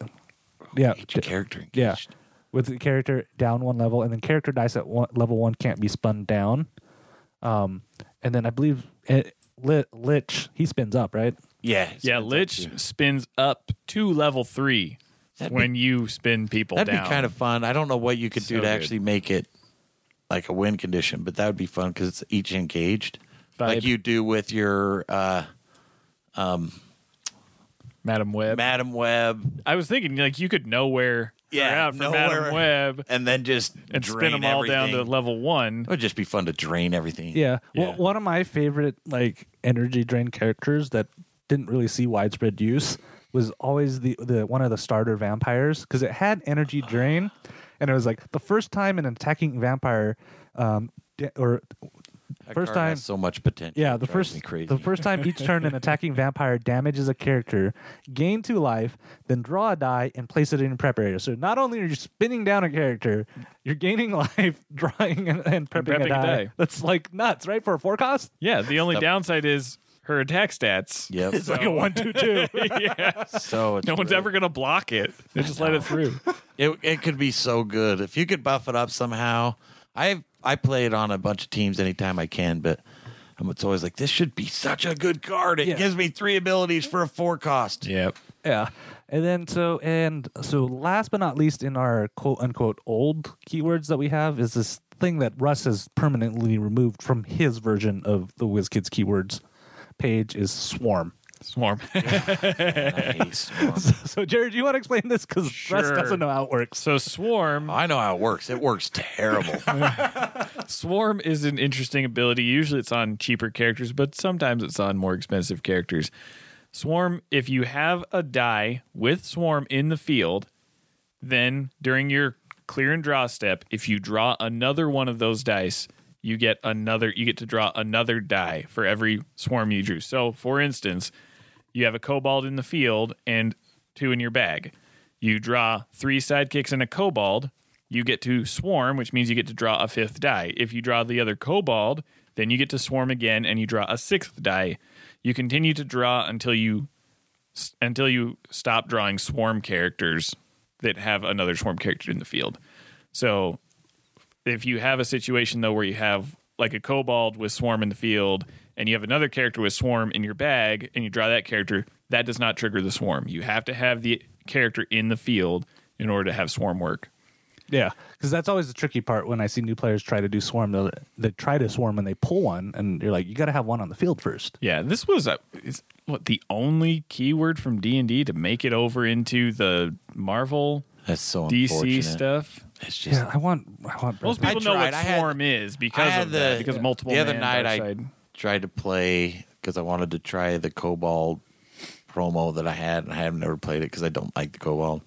yeah
Each character.
yeah.
engaged.
with the character down one level, and then character dice at one, level one can't be spun down. Um, and then I believe it, Lit, Lich he spins up, right?
Yeah. it
yeah,
spins up
Lich
too.
spins up to level 3
That'd be-
when you spin people
That'd
down.
be kind of fun. I don't know what you could
So
do to
good.
actually make it like a win condition, but that would be fun because it's each engaged, like
Vibe.
you do with your uh,
Madam Web.
Madam Web.
I was thinking like you could nowhere
Yeah,
out for
nowhere-
Madam Web
and then just
and
drain
spin them all down to
everything.
level one.
It would just be fun to drain everything.
Yeah.
Yeah.
Well, one of my favorite like energy drain characters that didn't really see widespread use was always the, the one of the starter vampires because it had energy drain, and it was like the first time an attacking vampire, um, di- or
That
first
card
time
has so much potential.
yeah,
It
the
drives
first
me crazy.
the first time each turn an attacking vampire damages a character, gain two life, then draw a die and place it in your prep area. So not only are you spinning down a character, you're gaining life, drawing and, and prepping,
prepping
a,
a
die.
die.
That's like nuts, right? For a forecast,
Yeah, the only
Stuff.
downside is her attack stats.
Yep.
it's like a one two two.
yeah.
so it's
No one's
great.
ever gonna block it. They just let it through.
It it could be so good if you could buff it up somehow. I I play it on a bunch of teams anytime I can, but I'm it's always like this should be such a good card. It
Yeah.
gives me three abilities for a four cost.
Yep.
yeah, and then so and so last but not least in our quote unquote old keywords that we have is this thing that Russ has permanently removed from his version of the WizKids keywords page is swarm.
Swarm.
Nice.
So, Jared, do you want to explain this? Because Russ
Sure.
doesn't know how it works.
so swarm
I know how it works. It works terrible.
Swarm is an interesting ability. Usually it's on cheaper characters, but sometimes it's on more expensive characters. Swarm, if you have a die with Swarm in the field, then during your clear and draw step, if you draw another one of those dice, you get another you get to draw another die for every swarm you drew. So, for instance, you have a kobold in the field and two in your bag. You draw three sidekicks and a kobold. You get to swarm, which means you get to draw a fifth die. If you draw the other kobold, then you get to swarm again and you draw a sixth die. You continue to draw until you s- until you stop drawing swarm characters that have another swarm character in the field. So if you have a situation though where you have like a kobold with swarm in the field and you have another character with swarm in your bag and you draw that character that does not trigger the swarm you have to have the character in the field in order to have swarm work
Yeah, because that's always the tricky part when I see new players try to do swarm. They they try to swarm and they pull one, and you're like, you got to have one on the field first.
yeah this was a, it's, what the only keyword from d&d to make it over into the marvel
That's so
dc
unfortunate.
stuff
It's just
Yeah, I want, I want.
most
Brisbane.
people
I
know
tried.
what
I had-
swarm is
I
because
had
of that because multiple
the other
man,
night
dark
I
side.
tried to play because I wanted to try the Cobalt promo that I had, and I have never played it because I don't like the Cobalt.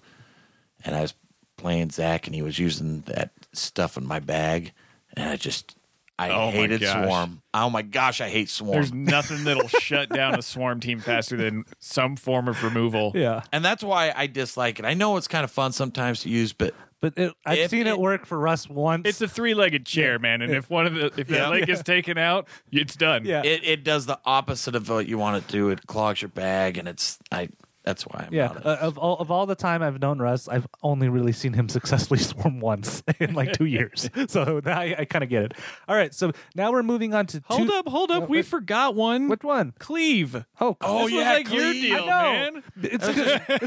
And I was playing Zach, and he was using that stuff in my bag, and I just I
Oh my
hated
gosh.
Swarm. Oh my gosh, I hate Swarm.
there's nothing that'll shut down a swarm team faster than some form of removal
yeah,
and that's why I dislike it. I know it's kind of fun sometimes to use, but
but it, I've
If
seen it,
it-
work for Russ once.
It's a three-legged chair, man, and if one of the if that
Yeah.
leg is taken out, it's done.
Yeah.
it, it does the opposite of what you want it to. It clogs your bag, and it's I. That's why I'm
yeah,
not a-
uh, of all of all the time I've known Russ, I've only really seen him successfully swarm once in like two years. So I, I kind of get it. All right, so now we're moving on to
Hold
two-
up, hold up. We forgot one.
Which one?
Cleave.
Oh,
Oh,
this
yeah,
was, like,
Cleve.
your deal,
I know.
man. It's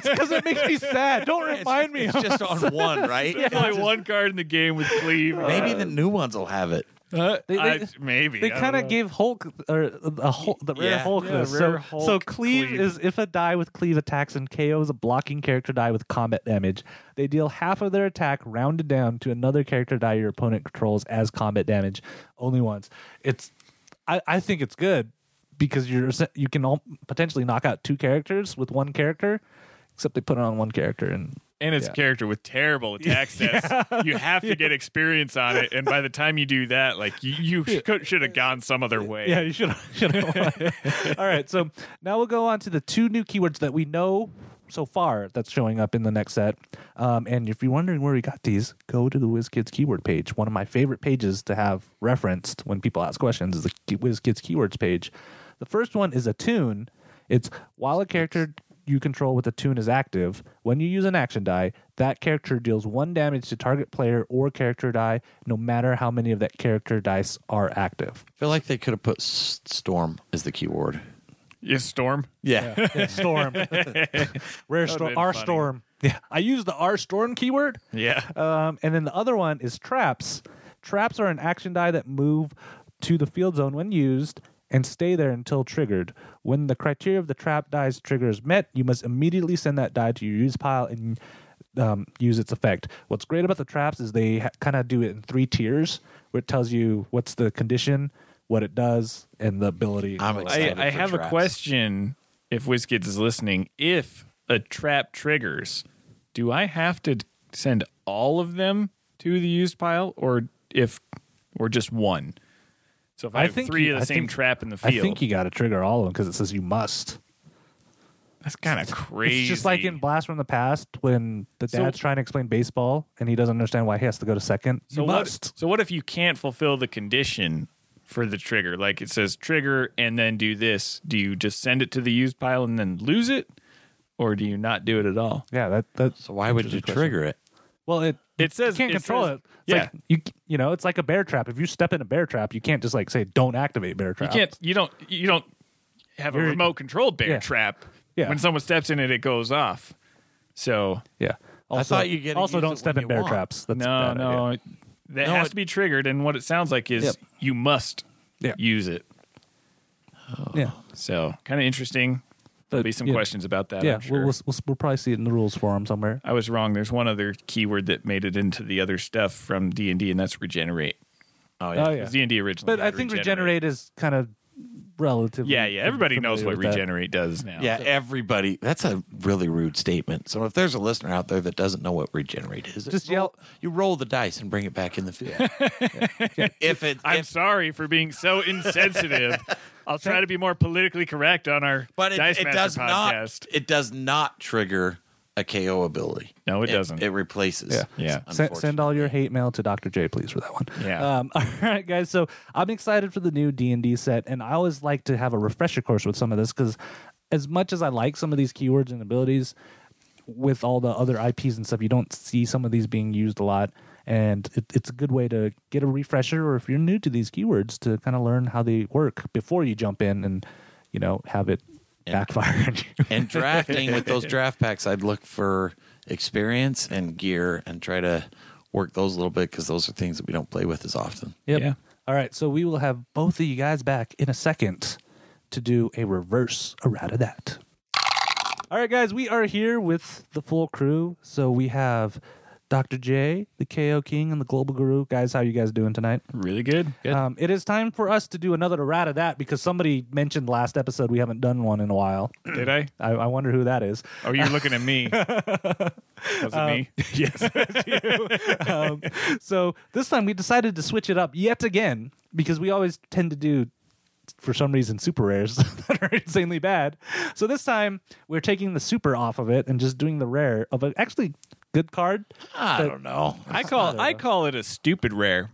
because it makes me sad. Don't remind me.
It's just on one, right?
There's only one card in the game with cleave.
Uh,
Maybe the new ones will have it.
Uh,
They-
I-
they-
maybe
They
I don't
kind
know.
of gave Hulk or a Hulk, the rare
Yeah.
Hulk.
Yeah,
this. so,
rare Hulk
so cleave,
cleave.
is if a die with cleave attacks and KOs a blocking character die with combat damage, they deal half of their attack rounded down to another character die your opponent controls as combat damage only once. It's, I, I think it's good because you're se- you can all potentially knock out two characters with one character, except they put it on one character and
and it's a character with terrible attack stats. You have to get experience on it, and by the time you do that, like you, you should have gone some other way.
Yeah, you should. should All right, so now we'll go on to the two new keywords that we know so far that's showing up in the next set. Um, and if you're wondering where we got these, go to the WizKids keyword page. One of my favorite pages to have referenced when people ask questions is the Ki- WizKids keywords page. The first one is a tune. It's while a character you control with the tune is active, when you use an action die, that character deals one damage to target player or character die, no matter how many of that character dice are active.
I feel like they could have put s- storm as the keyword.
Yes, Storm.
Yeah.
storm. Rare storm.
been
R
funny.
storm. Yeah. I use the R storm keyword.
Yeah.
Um, and then the other one is traps. Traps are an action die that move to the field zone when used and stay there until triggered. When the criteria of the trap die's trigger is met, you must immediately send that die to your use pile and um, use its effect. What's great about the traps is they ha- kind of do it in three tiers, where it tells you what's the condition, what it does, and the ability.
I'm
I,
excited.
I
for
have a
traps.
question. If WizKids is listening, if a trap triggers, do I have to send all of them to the used pile, or if or just one? So if I, have three
you-
of the
I
same
think-
trap in the
I
field,
think you got to trigger all of them because it says you must.
that's kind of crazy.
It's just like in Blast from the Past when the
So-
dad's trying to explain baseball and he doesn't understand why he has to go to second.
so
you
what,
must.
So what if you can't fulfill the condition for the trigger? Like it says trigger and then do this. Do you just send it to the used pile and then lose it, or do you not do it at all?
Yeah, that that's
So why would you trigger it?
well it
It
you
says
can't
it
control
says-
it. It's
Yeah.
like you you know, it's like a bear trap. If you step in a bear trap, you can't just like say don't activate bear
You
trap.
can't. You don't. You don't have a
You're-
remote controlled bear
yeah.
trap.
Yeah.
When someone steps in it, it goes off. So
Yeah. Also,
thought you get to
also
use
don't
it
step in
when you
bear
want.
traps. That's a
no,
bad idea.
no, that
No,
has
it-
to be triggered. And what it sounds like is
Yep.
you must
Yeah.
use it.
Yeah.
So kind of interesting. There'll be some
yeah.
questions about that.
Yeah,
I'm sure.
we'll, we'll, we'll we'll probably see it in the rules forum somewhere.
I was wrong. There's one other keyword that made it into the other stuff from D and D, and that's regenerate.
Oh
Oh yeah.
Because D and D originally,
But
had
I think regenerate is kind of relatively
Yeah, yeah. Everybody knows what
familiar with that.
regenerate does now.
Yeah, everybody. That's a really rude statement. So if there's a listener out there that doesn't know what regenerate is,
Just
roll-
yell-
You roll the dice and bring it back in the field. If it,
I'm
if,
sorry for being so insensitive. I'll try to be more politically correct on our
but it,
Dice
it
Master
does
podcast.
not. It does not trigger a KO ability.
No, it doesn't.
It replaces.
Yeah.
Yeah.
Se-
Unfortunately.
send all your hate mail to Dr. J, please, for that one.
Yeah.
Um, all right, guys. So I'm excited for the new D and D set, and I always like to have a refresher course with some of this because, as much as I like some of these keywords and abilities, with all the other IPs and stuff, you don't see some of these being used a lot, and it, it's a good way to get a refresher, or if you're new to these keywords, to kind of learn how they work before you jump in and, you know, have it backfire on you.
And drafting with those draft packs, I'd look for experience and gear and try to work those a little bit because those are things that we don't play with as often.
Yep.
Yeah.
All right. So we will have both of you guys back in a second to do a reverse errata that. All right, guys, we are here with the full crew. So we have Dr. J, the KO King, and the Global Guru. Guys, how you guys doing tonight?
Really good.
Um, it is time for us to do another errata that because somebody mentioned last episode we haven't done one in a while.
Did I?
I, I wonder who that is.
Oh, you're looking at me. Was it me?
Um,
Um, So this time we decided to switch it up yet again because we always tend to do, for some reason, super rares that are insanely bad. So this time we're taking the super off of it and just doing the rare of an actually good card.
I don't know.
I call I call it a stupid rare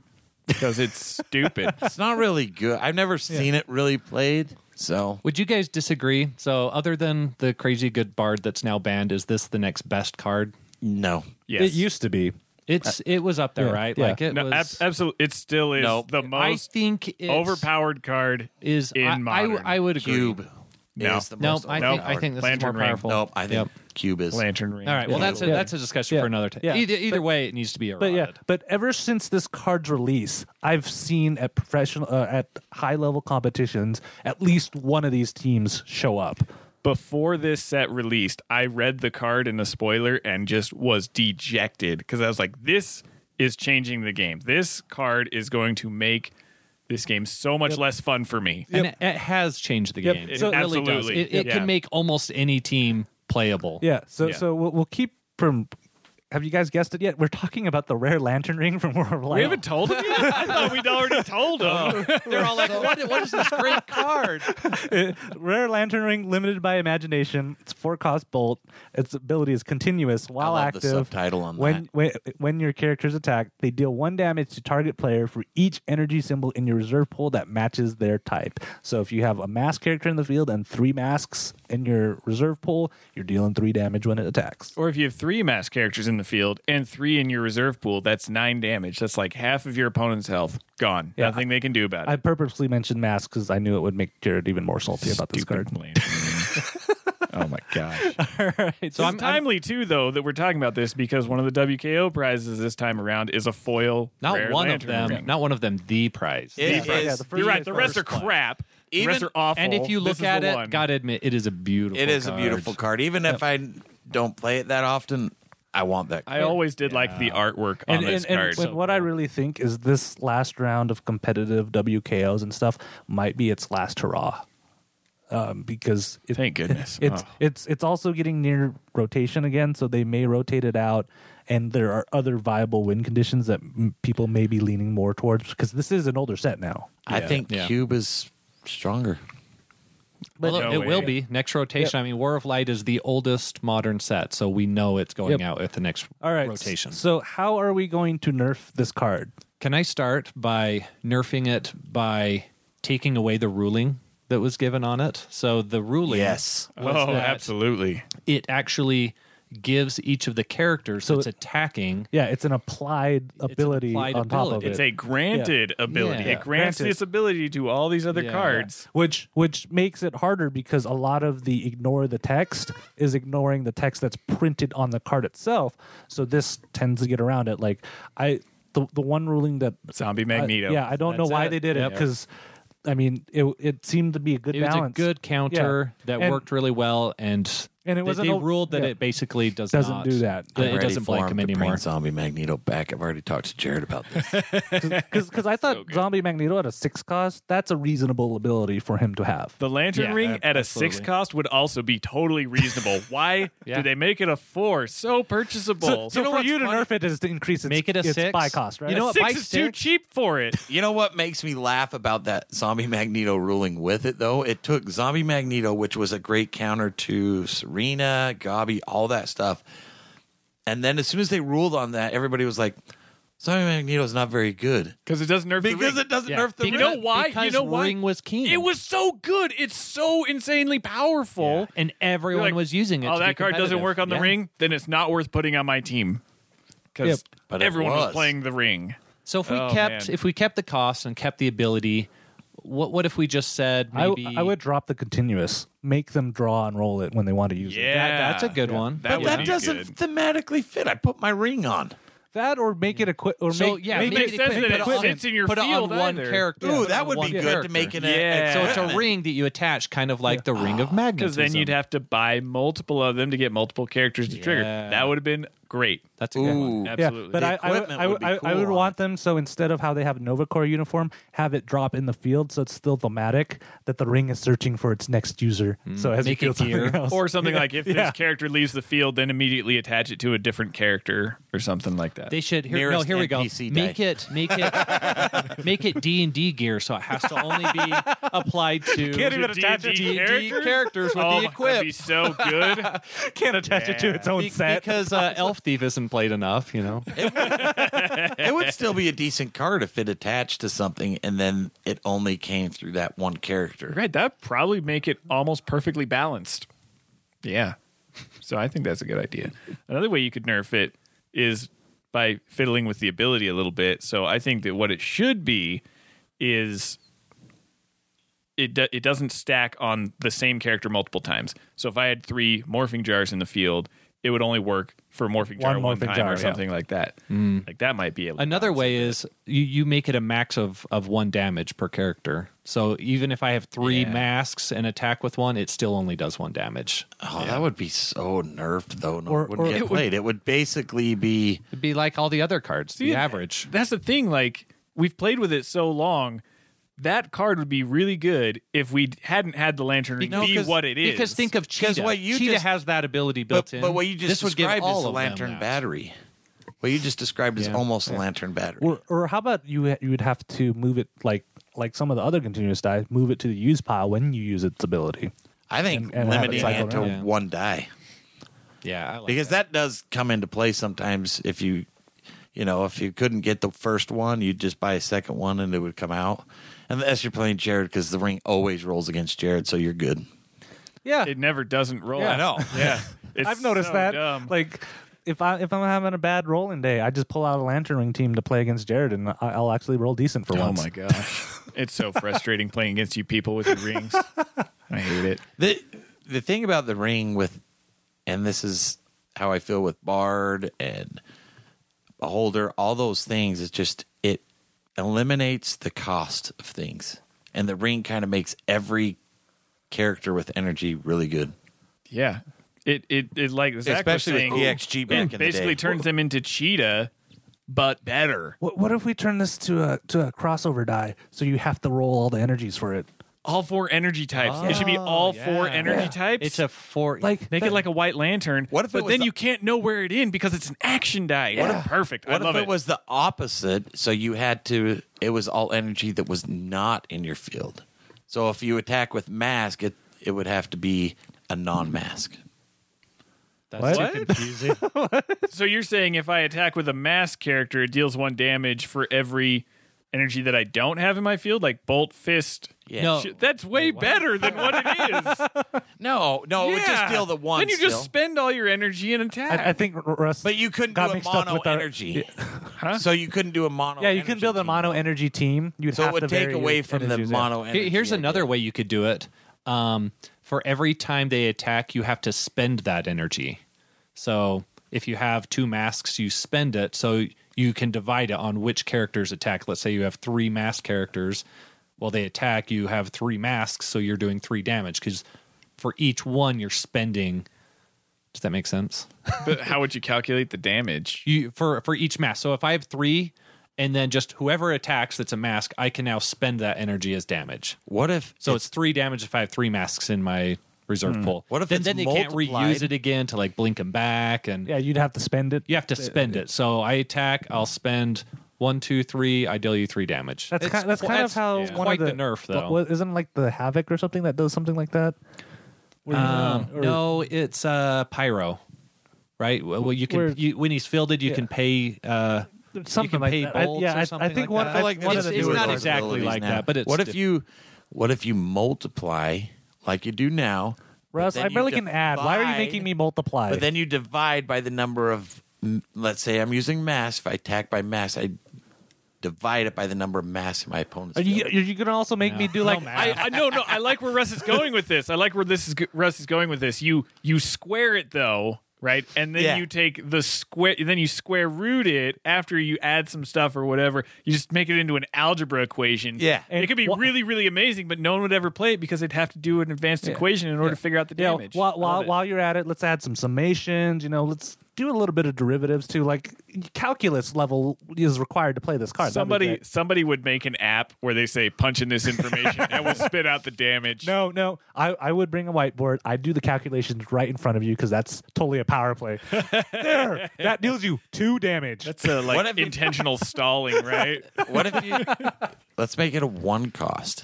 because it's stupid.
It's not really good. I've never seen it really played. So
Would you guys disagree? So, other than the crazy good bard that's now banned, is this the next best card?
no.
Yes.
It used to be.
It's it was up there,
Uh, yeah,
right?
yeah.
Like it
no,
was.
ab- absolutely. It still is
Nope.
the
I
most
think it's,
overpowered card
is
in
I, I,
modern.
I would agree.
Cube
No.
is the
No,
most
I
Nope.
think I think this
Lantern
is more
ring.
powerful.
Nope, I think
Yep.
Cube is.
lantern ring.
All right. Well, that's a,
Yeah.
that's a discussion
Yeah.
for another time.
Yeah.
Either, either way, it needs to be eroded.
But yeah, but ever since this card's release, I've seen at professional uh, at high level competitions at least one of these teams show up.
before this set released, I read the card in the spoiler and just was dejected because I was like, this is changing the game. This card is going to make this game so much less fun for me.
and it, it has changed the
Yep.
game.
It
It, really does.
absolutely-
It, it
Yeah.
can make almost any team playable.
Yeah. So
Yeah.
so we'll, we'll keep from have you guys guessed it yet? We're talking about the rare lantern ring from War of Light.
We haven't told him yet? I thought we'd already told him.
They're all like, what, what is this great card?
Rare Lantern Ring, limited by imagination. It's four cost bolt. Its ability is continuous while
love the
active.
subtitle on
when, When, when your character's attacked, they deal one damage to target player for each energy symbol in your reserve pool that matches their type. So if you have a mask character in the field and three masks in your reserve pool, you're dealing three damage when it attacks.
Or if you have three mass characters in the field and three in your reserve pool, that's nine damage. That's like half of your opponent's health gone.
Yeah,
Nothing they can do about
I
it.
purposely mentioned masks because I knew it would make Jared even more salty about this card.
oh my gosh.
So I'm,
I'm
I'm
timely too, though, that we're talking about this because one of the WKO prizes this time around is a foil.
not
rare
one of
lantern
them,
ring.
not one of them, the prize.
that. It
Yeah,
is-
the first-
You're right. The rest are
First
crap. the
Even-
rest are awful.
and if you
This
look
is
at
the
it,
one.
gotta admit, it is a beautiful
it is a
card.
beautiful card. Even if I don't play it that often, I want that.
I always did like the artwork on
and,
this
and- and
card.
when- what I really think is this last round of competitive WKOs and stuff might be its last hurrah. Um, because it,
Thank goodness. Oh.
it's it's it's also getting near rotation again, so they may rotate it out, and there are other viable win conditions that m- people may be leaning more towards because this is an older set now.
I think
yeah.
Cube is stronger.
But
No
it
way.
will be next rotation. I mean, War of Light is the oldest modern set, so we know it's going
Yep.
out at the next
All right,
rotation.
So how are we going to nerf this card?
Can I start by nerfing it by taking away the ruling that was given on it? So the ruling,
Yes.
was
oh,
that
absolutely.
It actually gives each of the characters that's attacking
Yeah, it's an applied ability
applied
on top
ability.
of
It's
it.
a granted ability.
Yeah.
It grants
Granted.
this ability to all these other
Yeah.
cards.
which which makes it harder because a lot of the ignore the text is ignoring the text that's printed on the card itself so this tends to get around it like i the, the one ruling that
Zombie
I-
Magneto.
yeah i don't
That's
know why
it.
they did it
Yep.
because i mean it it seemed to be a good
It was a
balance
good counter
Yeah.
that
And-
worked really well, and
And it
they,
wasn't
they
o-
ruled that
yeah.
it basically does
Doesn't
not
do that.
that
I'm
it
ready
doesn't
for
blank
him
him
to bring
anymore.
Zombie Magneto back. I've already talked to Jared about this.
because i thought zombie magneto at a six cost that's a reasonable ability for him to have
The lantern
Yeah,
ring
ab-
at a
absolutely.
six cost would also be totally reasonable. Why
Yeah.
do they make it a four? So purchasable.
so
You know
for
what's
you to
funny?
nerf it is to increase its,
Make it a
its
six.
buy cost right
You know what?
six
by
is too
six?
cheap for it.
You know what makes me laugh about that Zombie Magneto ruling with it though? It took Zombie Magneto, which was a great counter to Serena, Gabi, all that stuff. And then as soon as they ruled on that, everybody was like, Zombie Magneto's not very good.
Because it doesn't nerf the
Because
ring.
it doesn't
Yeah.
nerf the
Because-
You know why?
Because
you know why?
ring was king.
It was so good. It's so insanely powerful.
Yeah. and everyone
You're like,
was using it.
Oh,
to be
that card doesn't
competitive."
work on the
Yeah.
ring. Then it's not worth putting on my team.
Yep.
Because
But it
everyone was.
was.
playing the ring.
So if we
Oh,
kept
man.
if we kept the cost and kept the ability, what what if we just said
I,
maybe
I would drop the continuous make them draw and roll it when they want to use it
that-
Yeah,
that's a good one.
That
But
would
that
be good.
doesn't thematically fit. I put my ring on.
That or make it a quick or
so
make
yeah,
make
maybe
it
it sense
they
that
put
it
on-
fits in your
put it on
field
one
either.
character.
Ooh,
put it
that
on
would
one
be good
character.
to make an
Yeah.
So it's a
equipment.
ring that you attach, kind of like the ring of magnetism.
Because then you'd have to buy multiple of them to get multiple characters to trigger.
Yeah.
That would have been great.
that's a good one.
Ooh.
Yeah,
Absolutely.
but
The
I, I, would,
equipment
I,
would
would,
be
I, I
cool
would
on
want them so instead of how they have Novacore uniform, have it drop in the field so it's still thematic that the ring is searching for its next user. So as
Make
you feel
it
something
gear.
else.
or something like if
Yeah.
this character leaves the field, then immediately attach it to a different character or something like that.
They should here, no
Nearest
here we go.
NPC day.
Make it make it make it D and D gear so it has to only be applied to
Can't even
D&D
attach it.
D&D
characters?
characters with
oh,
the
That'd be
equip.
so good.
Can't attach it to its own
Be-
set.
because uh, Elf Thief isn't played enough, you know.
it would still be a decent card if it attached to something and then it only came through that one character.
right, that probably make it almost perfectly balanced. Yeah. So I think that's a good idea. Another way you could nerf it is by fiddling with the ability a little bit. So I think that what it should be is it do- it doesn't stack on the same character multiple times. So if I had three morphing jars in the field, it would only work for a morphing jar Mm.
One
one,
morphing
time
jar, yeah.
or something like that. Like that might be a
Another way is you, you make it a max of, of one damage per character. So even if I have three
Yeah.
masks and attack with one, it still only does one damage.
Oh, that would be so nerfed though. No,
Or-
it wouldn't
or-
get
It would-
played. It would basically be
It'd be like all the other cards, the
and-
average.
That's the thing. Like we've played with it so long, that card would be really good if we hadn't had the lantern
No,
be
'cause-
what it is.
Because think of
Because
Cheetah.
what you
Cheetah
just-
has that ability built
But,
in.
but what you just
this would give
described
all
is a
of them
lantern
that.
battery. What you just described is
Yeah.
almost a lantern battery.
Or, or how about you? ha- You would have to move it like like some of the other continuous dice. Move it to the use pile when you use its ability.
I think
and have it
limiting
cycle
it to
around.
Yeah.
one die
Yeah, I like
because that does come into play sometimes. If you, you know, if you couldn't get the first one, you'd just buy a second one and it would come out. Unless you're playing Jared, because the ring always rolls against Jared, so you're good.
Yeah,
it never doesn't roll.
Yeah. I know.
Yeah, It's
I've noticed
so
that.
dumb.
Like if I if I'm having a bad rolling day, I just pull out a lantern ring team to play against Jared, and I- I'll actually roll decent for
Oh
once.
gosh, it's so frustrating playing against you people with your rings. I hate it.
the the thing about the ring with and this is how I feel with Bard and a holder, all those things, it's just it eliminates the cost of things. And the ring kind of makes every character with energy really good.
Yeah. It it it like Zach
Especially
was
with
saying,
EXG
it
back in the
basically
day.
turns them into cheetah, but better.
What, what if we turn this to a to a crossover die? So you have to roll all the energies for it.
All four energy types. it should be
Oh,
all four energy types.
It's a four.
Like
Make it like a white lantern.
What if it
but
was
then
the-
you can't know where it in because it's an action die. What a perfect.
What
I love
if it,
it.
was the opposite? So you had to it was all energy that was not in your field. So if you attack with mask, it it would have to be a non mask.
that's
What?
too confusing.
so you're saying if I attack with a mask character, it deals one damage for every energy that I don't have in my field, like bolt fist.
Yeah.
No.
Shit, That's way better than what it is.
No, no, it would just
Yeah.
deal the one
Then you
still.
just spend all your energy and attack.
I, I think R- Russ.
But you couldn't
got
do a
mixed up
mono
with our-
energy. So you couldn't do a mono.
yeah, you can build a
energy
mono energy team. You'd
team. So
have
it would
to
take
vary
away
your
from the
energies, yeah.
mono
Here-
energy.
Here's
idea.
another way you could do it. Um, for every time they attack, you have to spend that energy. So if you have two masks, you spend it. So you can divide it on which characters attack. Let's say you have three mask characters. Well, they attack. You have three masks, so you're doing three damage because for each one you're spending. Does that make sense?
But how would you calculate the damage?
you for for each mask. So if I have three, and then just whoever attacks that's a mask, I can now spend that energy as damage.
What if?
So it's, three damage if I have three masks in my reserve pool.
Hmm. What if
then,
it's
then they can't
multiplied?
reuse it again to like blink them back and
Yeah, you'd have to spend it.
you have to spend it. So I attack, I'll spend one, two, three, I deal you three damage.
That's
It's
kind, that's
qu-
kind of how
it's
one
quite
of the,
nerf though.
wa- Isn't like the havoc or something that does something like that? Where you-
Um,
or-
no, it's uh, pyro, right? Well, well, you
Where-
can you, when he's fielded, you can pay. Uh,
something
can
like
pay
that. I-
bolts
yeah,
or
I- I
something
think
like
one-
that.
I like
it's,
of the
it's
newer
not
ones.
exactly like
now.
that, but it's
what if
diff-
you? What if you multiply like you do now? but
Russ,
then
I
you
barely can add. Why are you
divide-
making me multiply?
But then you divide by the number of. mm, Let's say I'm using mass. If I attack by mass, I divide it by the number of mass in my opponent's.
are you
field.
are you gonna also make me do like
I, I no no I like where Russ is going with this. I like where this is go- Russ is going with this. You you square it though, right? And then
Yeah.
you take the square then you square root it after you add some stuff or whatever. You just make it into an algebra equation.
Yeah.
it could be
And wh-
really really amazing, but no one would ever play it because they'd have to do an advanced equation in order to figure out the
Yeah,
damage.
while
I love
while,
it.
while you're at it, let's add some summations. You know, let's do a little bit of derivatives too. Like calculus level is required to play this card. That'd be
somebody
great.
somebody would make an app where they say punch in this information and we'll spit out the damage.
No, no. I, I would bring a whiteboard. I'd do the calculations right in front of you because that's totally a power play. there, that deals you two damage.
It's a
What
like
if you-
intentional stalling, right?
What if you? let's make it a one cost.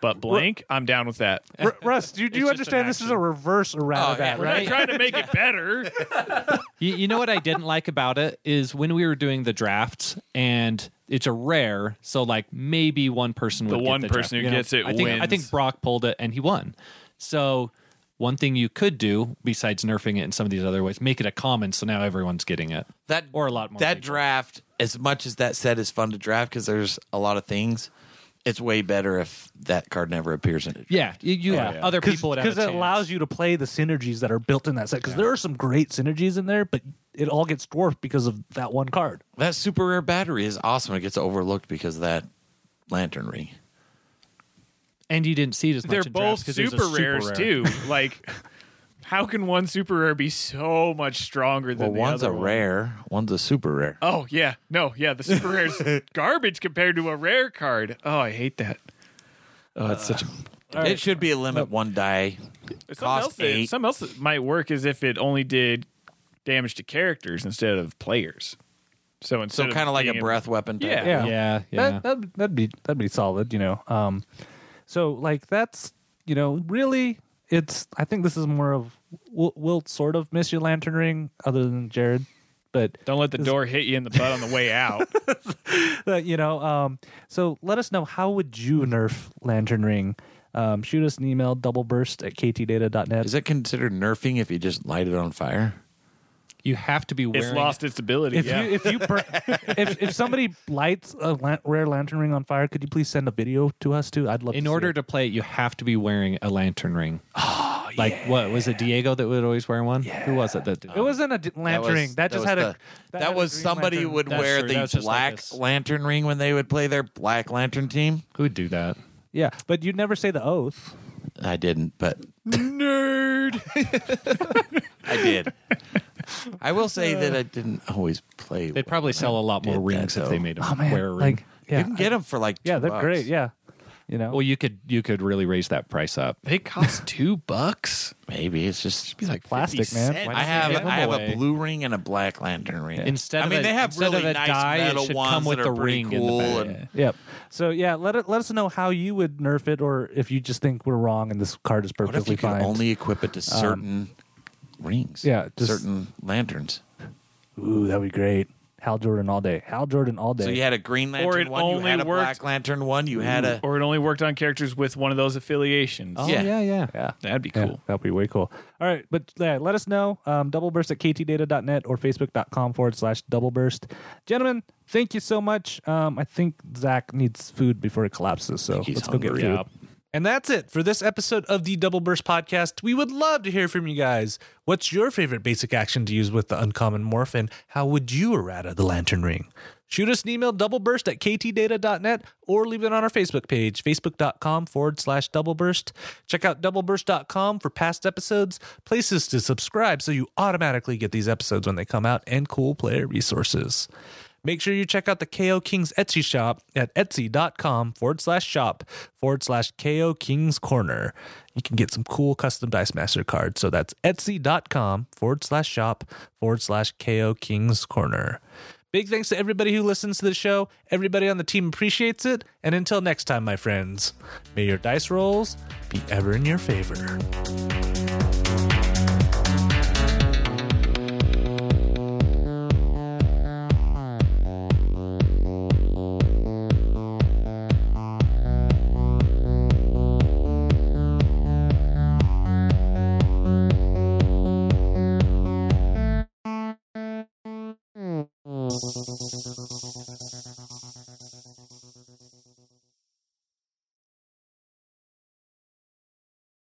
But blank, I'm down with that.
R- Russ, do, do you
just an
understand this is a
action.
reverse around
Oh,
that,
yeah.
We're not
right?
trying to make it better.
you, you know what I didn't like about it is when we were doing the drafts, and it's a rare, so like maybe one person would
The
get
one
the draft,
person who
you know?
gets it
I think, I
wins.
think Brock pulled it and he won. So one thing you could do besides nerfing it in some of these other ways, make it a common, so now everyone's getting it.
that
Or a lot more
that
people.
draft as much as that set is fun to draft because there's a lot of things it's way better if that card never appears in it
Yeah, you,
Oh,
you other people would have
because
a
it
chance.
allows you to play the synergies that are built in that set. Because there are some great synergies in there, but it all gets dwarfed because of that one card.
that super rare battery is awesome it gets overlooked because of that lantern ring
and you didn't see it as much.
They're
in drafts
both
'cause it was a
super rares
rare.
too. Like How can one super rare be so much stronger
Well,
than the
one's a
other one?
rare, one's a super rare.
Oh yeah, no, yeah, the super rare's garbage compared to a rare card. Oh, I hate that.
Oh, it's such a
It should be a limit one die.
Something
Cost
else, that-
eight.
something else that might work is if it only did damage to characters instead of players. So
So
instead
kind of like a
being
breath weapon. Type.
Yeah.
yeah,
Yeah, yeah.
That, that'd, that'd be that'd be solid, you know. Um, so like that's you know really it's I think this is more of we'll, we'll sort of miss your lantern ring other than Jared, but
Don't let the door hit you in the butt on the way out.
uh, you know um, so let us know how would you nerf lantern ring. Um, shoot us an email doubleburst at ktdata.net.
Is it considered nerfing if you just light it on fire?
You have to be wearing
it's lost its ability.
If
yeah.
you if you per- if if somebody lights a lan- rare lantern ring on fire, could you please send a video to us too? I'd love to
in
see
order
it.
to play it, you have to be wearing a lantern ring. Oh, like what was it? Diego that would always wear one. Who was it that did?
It wasn't a d- lantern
was-
ring. That, just
was
had
the-
a
That,
had a
was
green
somebody
lantern.
would
That's
wear
true. That
the
was just like
black
this.
lantern ring when they would play their black lantern team.
Who would do that?
Yeah, but you'd never say the oath.
I didn't, but nerd. I did. I will say that I didn't always play.
They'd probably sell a lot more
did that,
rings if they
though.
made them
Oh man,
wear a ring.
like yeah,
you can get them for like
yeah,
two
they're
bucks.
great. Yeah, you know.
well, you could you could really raise that price up.
they cost two bucks.
Maybe it's just
like plastic,
50
man.
cent.
Why
I
don't
have
you give 'em
I have
away?
a blue ring and a black lantern ring.
Instead
I
of
mean
a-
they have
instead
really
of a
nice
die, it
metal
should
ones
come with
that
the
are pretty
ring in the
cool.
back.
and
Yep. So yeah, let it, let us know how you would nerf it, or if you just think we're wrong and this card is
what if
perfectly
you could
fine.
only equip
Um,
it to certain rings?
yeah, just-
certain lanterns.
Ooh, that'd be great. Hal Jordan all day. Hal Jordan all day.
So you had a green lantern
it
one, you
only
had a
worked-
black lantern one, you had a
Or it only worked on characters with one of those affiliations.
Oh
Yeah.
yeah, yeah.
yeah.
That'd be
Yeah,
cool.
that'd be way cool. All right, but yeah, let us know. Um, doubleburst at ktdata.net or facebook.com forward slash doubleburst. Gentlemen, thank you so much. Um, I think Zach needs food before it collapses, so
he's
let's go
hungry.
get food.
Yeah.
And that's it for this episode of the Double Burst Podcast. We would love to hear from you guys. What's your favorite basic action to use with the Uncommon Morph, and how would you errata the Lantern Ring? Shoot us an email, doubleburst at ktdata.net, or leave it on our Facebook page, facebook.com forward slash doubleburst. Check out doubleburst.com for past episodes, places to subscribe so you automatically get these episodes when they come out, and cool player resources. Make sure you check out the KO Kings Etsy shop at etsy.com forward slash shop forward slash KO Kings Corner. You can get some cool custom Dice Master cards. So that's etsy.com forward slash shop forward slash KO Kings Corner. Big thanks to everybody who listens to the show. Everybody on the team appreciates it. And until next time, my friends, may your dice rolls be ever in your favor.
Mm-hmm.